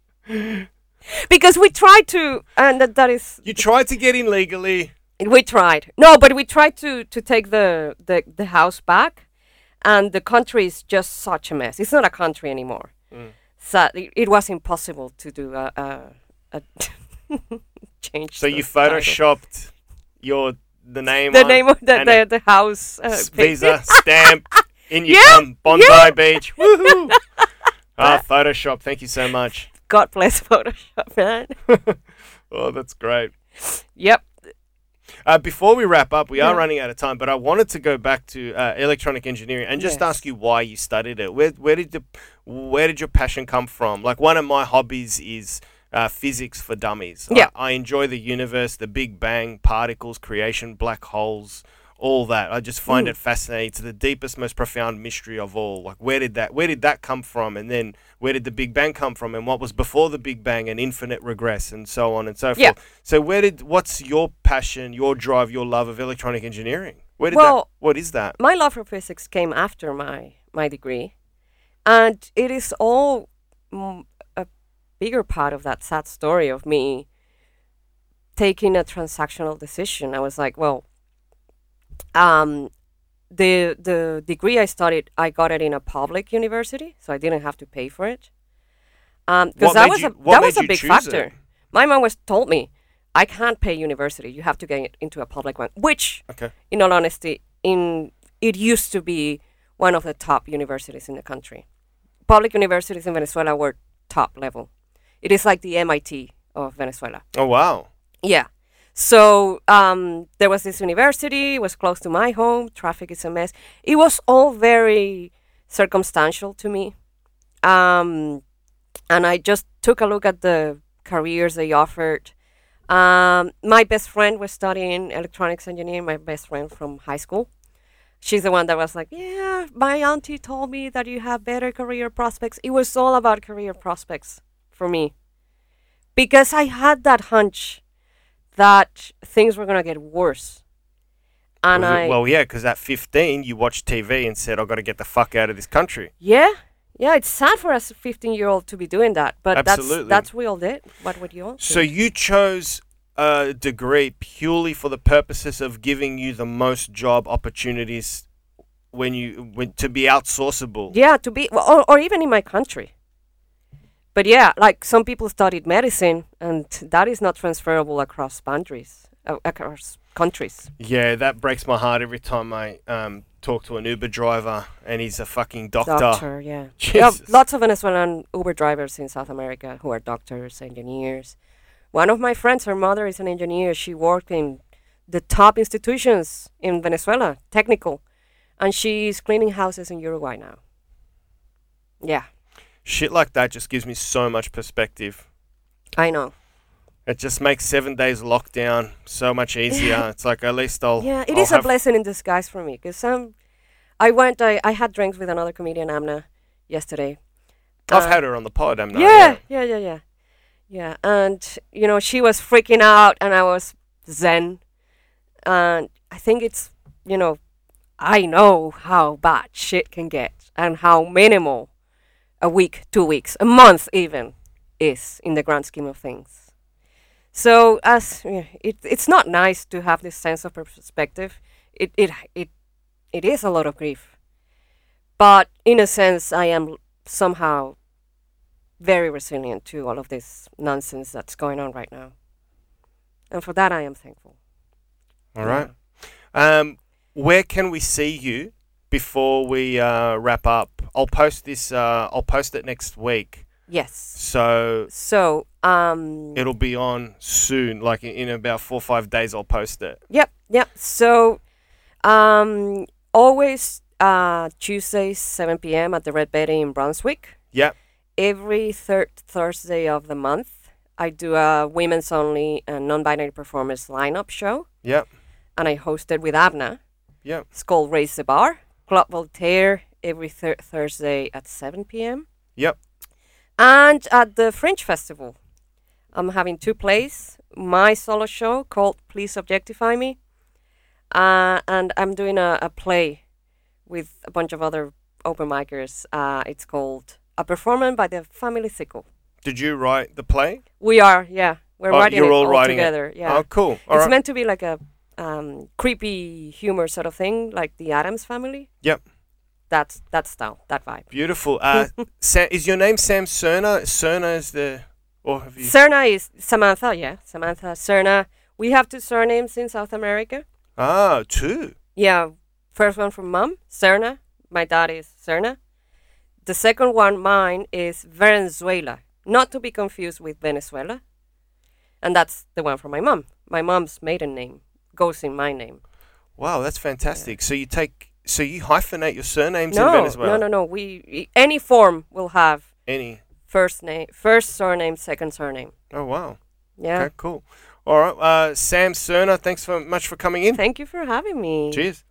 B: Because we tried to, and that, that is,
A: You tried to get in legally.
B: we tried. No, but we tried to to take the the, the house back, and the country is just such a mess. It's not a country anymore.
A: Mm.
B: So it, it was impossible to do a, a, a change.
A: So
B: the
A: you
B: title.
A: photoshopped your the name
B: the
A: on
B: name of the
A: and
B: the, the house uh,
A: s-
B: pic-
A: visa stamp in you
B: Yeah,
A: come Bondi
B: yeah.
A: Beach. Woohoo! ah, Photoshop. Thank you so much.
B: God bless Photoshop, man.
A: Oh, that's great.
B: yep.
A: Uh, before we wrap up, we are
B: Yeah.
A: running out of time, but I wanted to go back to uh, electronic engineering and just
B: Yes.
A: ask you why you studied it. Where where did the where did your passion come from? Like one of my hobbies is uh, physics for dummies. I-
B: Yeah.
A: I, enjoy the universe, the Big Bang, particles, creation, black holes, all that. I just find
B: Hmm.
A: it fascinating. It's the deepest, most profound mystery of all. Like where did that where did that come from? And then where did the Big Bang come from? And what was before the Big Bang? And infinite regress, and so on and so forth.
B: Yeah.
A: So where did what's your passion, your drive, your love of electronic engineering? Where did that
B: Well-
A: what is that?
B: my love for physics came after my my degree, and it is all mm, a bigger part of that sad story of me taking a transactional decision. I was like, well, um, the the degree I studied, I got it in a public university, so I didn't have to pay for it. Um, because
A: What
B: that
A: made
B: was
A: you-
B: a
A: what
B: that
A: made
B: was a
A: you
B: big
A: choose
B: factor.
A: it?
B: My mom was told me, I can't pay university. You have to get into a public one, which,
A: Okay.
B: in all honesty, in it used to be one of the top universities in the country. Public universities in Venezuela were top level. It is like the MIT of Venezuela.
A: Oh wow.
B: Yeah. So um, there was this university, it was close to my home, traffic is a mess. It was all very circumstantial to me. Um, and I just took a look at the careers they offered. Um, my best friend was studying electronics engineering, my best friend from high school. She's the one that was like, Yeah, my auntie told me that you have better career prospects. It was all about career prospects for me because I had that hunch that things were gonna get worse, and
A: Was it-
B: I
A: well, yeah, because at 15 you watched TV and said, "I got to get the fuck out of this country."
B: yeah, yeah. It's sad for us fifteen year old to be doing that, but
A: Absolutely.
B: that's that's we all did. What would you all? do?
A: So you chose a degree purely for the purposes of giving you the most job opportunities when you when, to be outsourceable.
B: Yeah, to be, well, or, or even in my country. But yeah, like some people studied medicine, and that is not transferable across boundaries, uh, across countries.
A: Yeah, that breaks my heart every time I um, talk to an Uber driver and he's a fucking doctor.
B: Doctor, yeah. We have
A: Jesus.
B: lots of Venezuelan Uber drivers in South America who are doctors, engineers. One of my friends, her mother is an engineer. She worked in the top institutions in Venezuela, technical, and she's cleaning houses in Uruguay now. Yeah,
A: Shit like that just gives me so much perspective.
B: I know.
A: It just makes seven days lockdown so much easier. it's like at least I'll
B: Yeah, it
A: I'll
B: is a
A: have-
B: blessing in disguise for me because um, I went, I, I had drinks with another comedian, Amna, yesterday.
A: I've
B: uh,
A: had her on the pod, haven't I?
B: yeah, yeah, yeah, yeah, yeah. And you know, she was freaking out, and I was zen. And I think it's you know, I know how bad shit can get, and how minimal a week, two weeks, a month, even is in the grand scheme of things. So as yeah, it, it's not nice to have this sense of perspective. It it it it is a lot of grief, but in a sense, I am somehow very resilient to all of this nonsense that's going on right now. And for that, I am thankful.
A: All right. Um, where can we see you before we uh, wrap up? I'll post this. Uh, I'll post it next week,
B: Yes.
A: so
B: So, um,
A: it'll be on soon. Like in- in about four or five days, I'll post it.
B: yep, yep. So, um, always uh, Tuesdays, 7 p.m. at the Red Betty in Brunswick.
A: Yep.
B: Every third Thursday of the month, I do a women's only and non binary performers lineup show,
A: Yep.
B: and I host it with Avna.
A: Yep.
B: It's called Raise the Bar, Club Voltaire, every thir- Thursday at 7 p.m.
A: Yep.
B: And at the French Festival, I'm having two plays. My solo show called Please Objectify Me. Uh, and I'm doing a, a play with a bunch of other open micers. Uh, it's called A Performance by the Family Sickle.
A: Did you write the play?
B: We are, yeah. We're
A: Oh,
B: writing
A: you're
B: it
A: all
B: all,
A: writing it.
B: together. Yeah.
A: Oh, cool. All
B: it's
A: right.
B: meant to be like a um, creepy humor sort of thing, like the Adams family.
A: Yep.
B: That's that style, that vibe.
A: Beautiful. Uh, Sa- is your name Sam Cerna? Cerna is the, or have you?
B: Serna is Samantha, yeah. Samantha, Serna. We have two surnames in South America.
A: ah, two.
B: Yeah, first one from mom, Serna. My dad is Serna. The second one, mine, is Venezuela, not to be confused with Venezuela. And that's the one from my mom. My mom's maiden name goes in my name.
A: Wow, that's fantastic. So you take, so you hyphenate your surnames
B: no,
A: in Venezuela.
B: no, no, no. We any form will have
A: Any.
B: first name, first surname, second surname.
A: Oh wow.
B: Yeah.
A: Okay, cool. All right, uh, Sam Cerna, thanks for much for coming in.
B: Thank you for having me.
A: Cheers.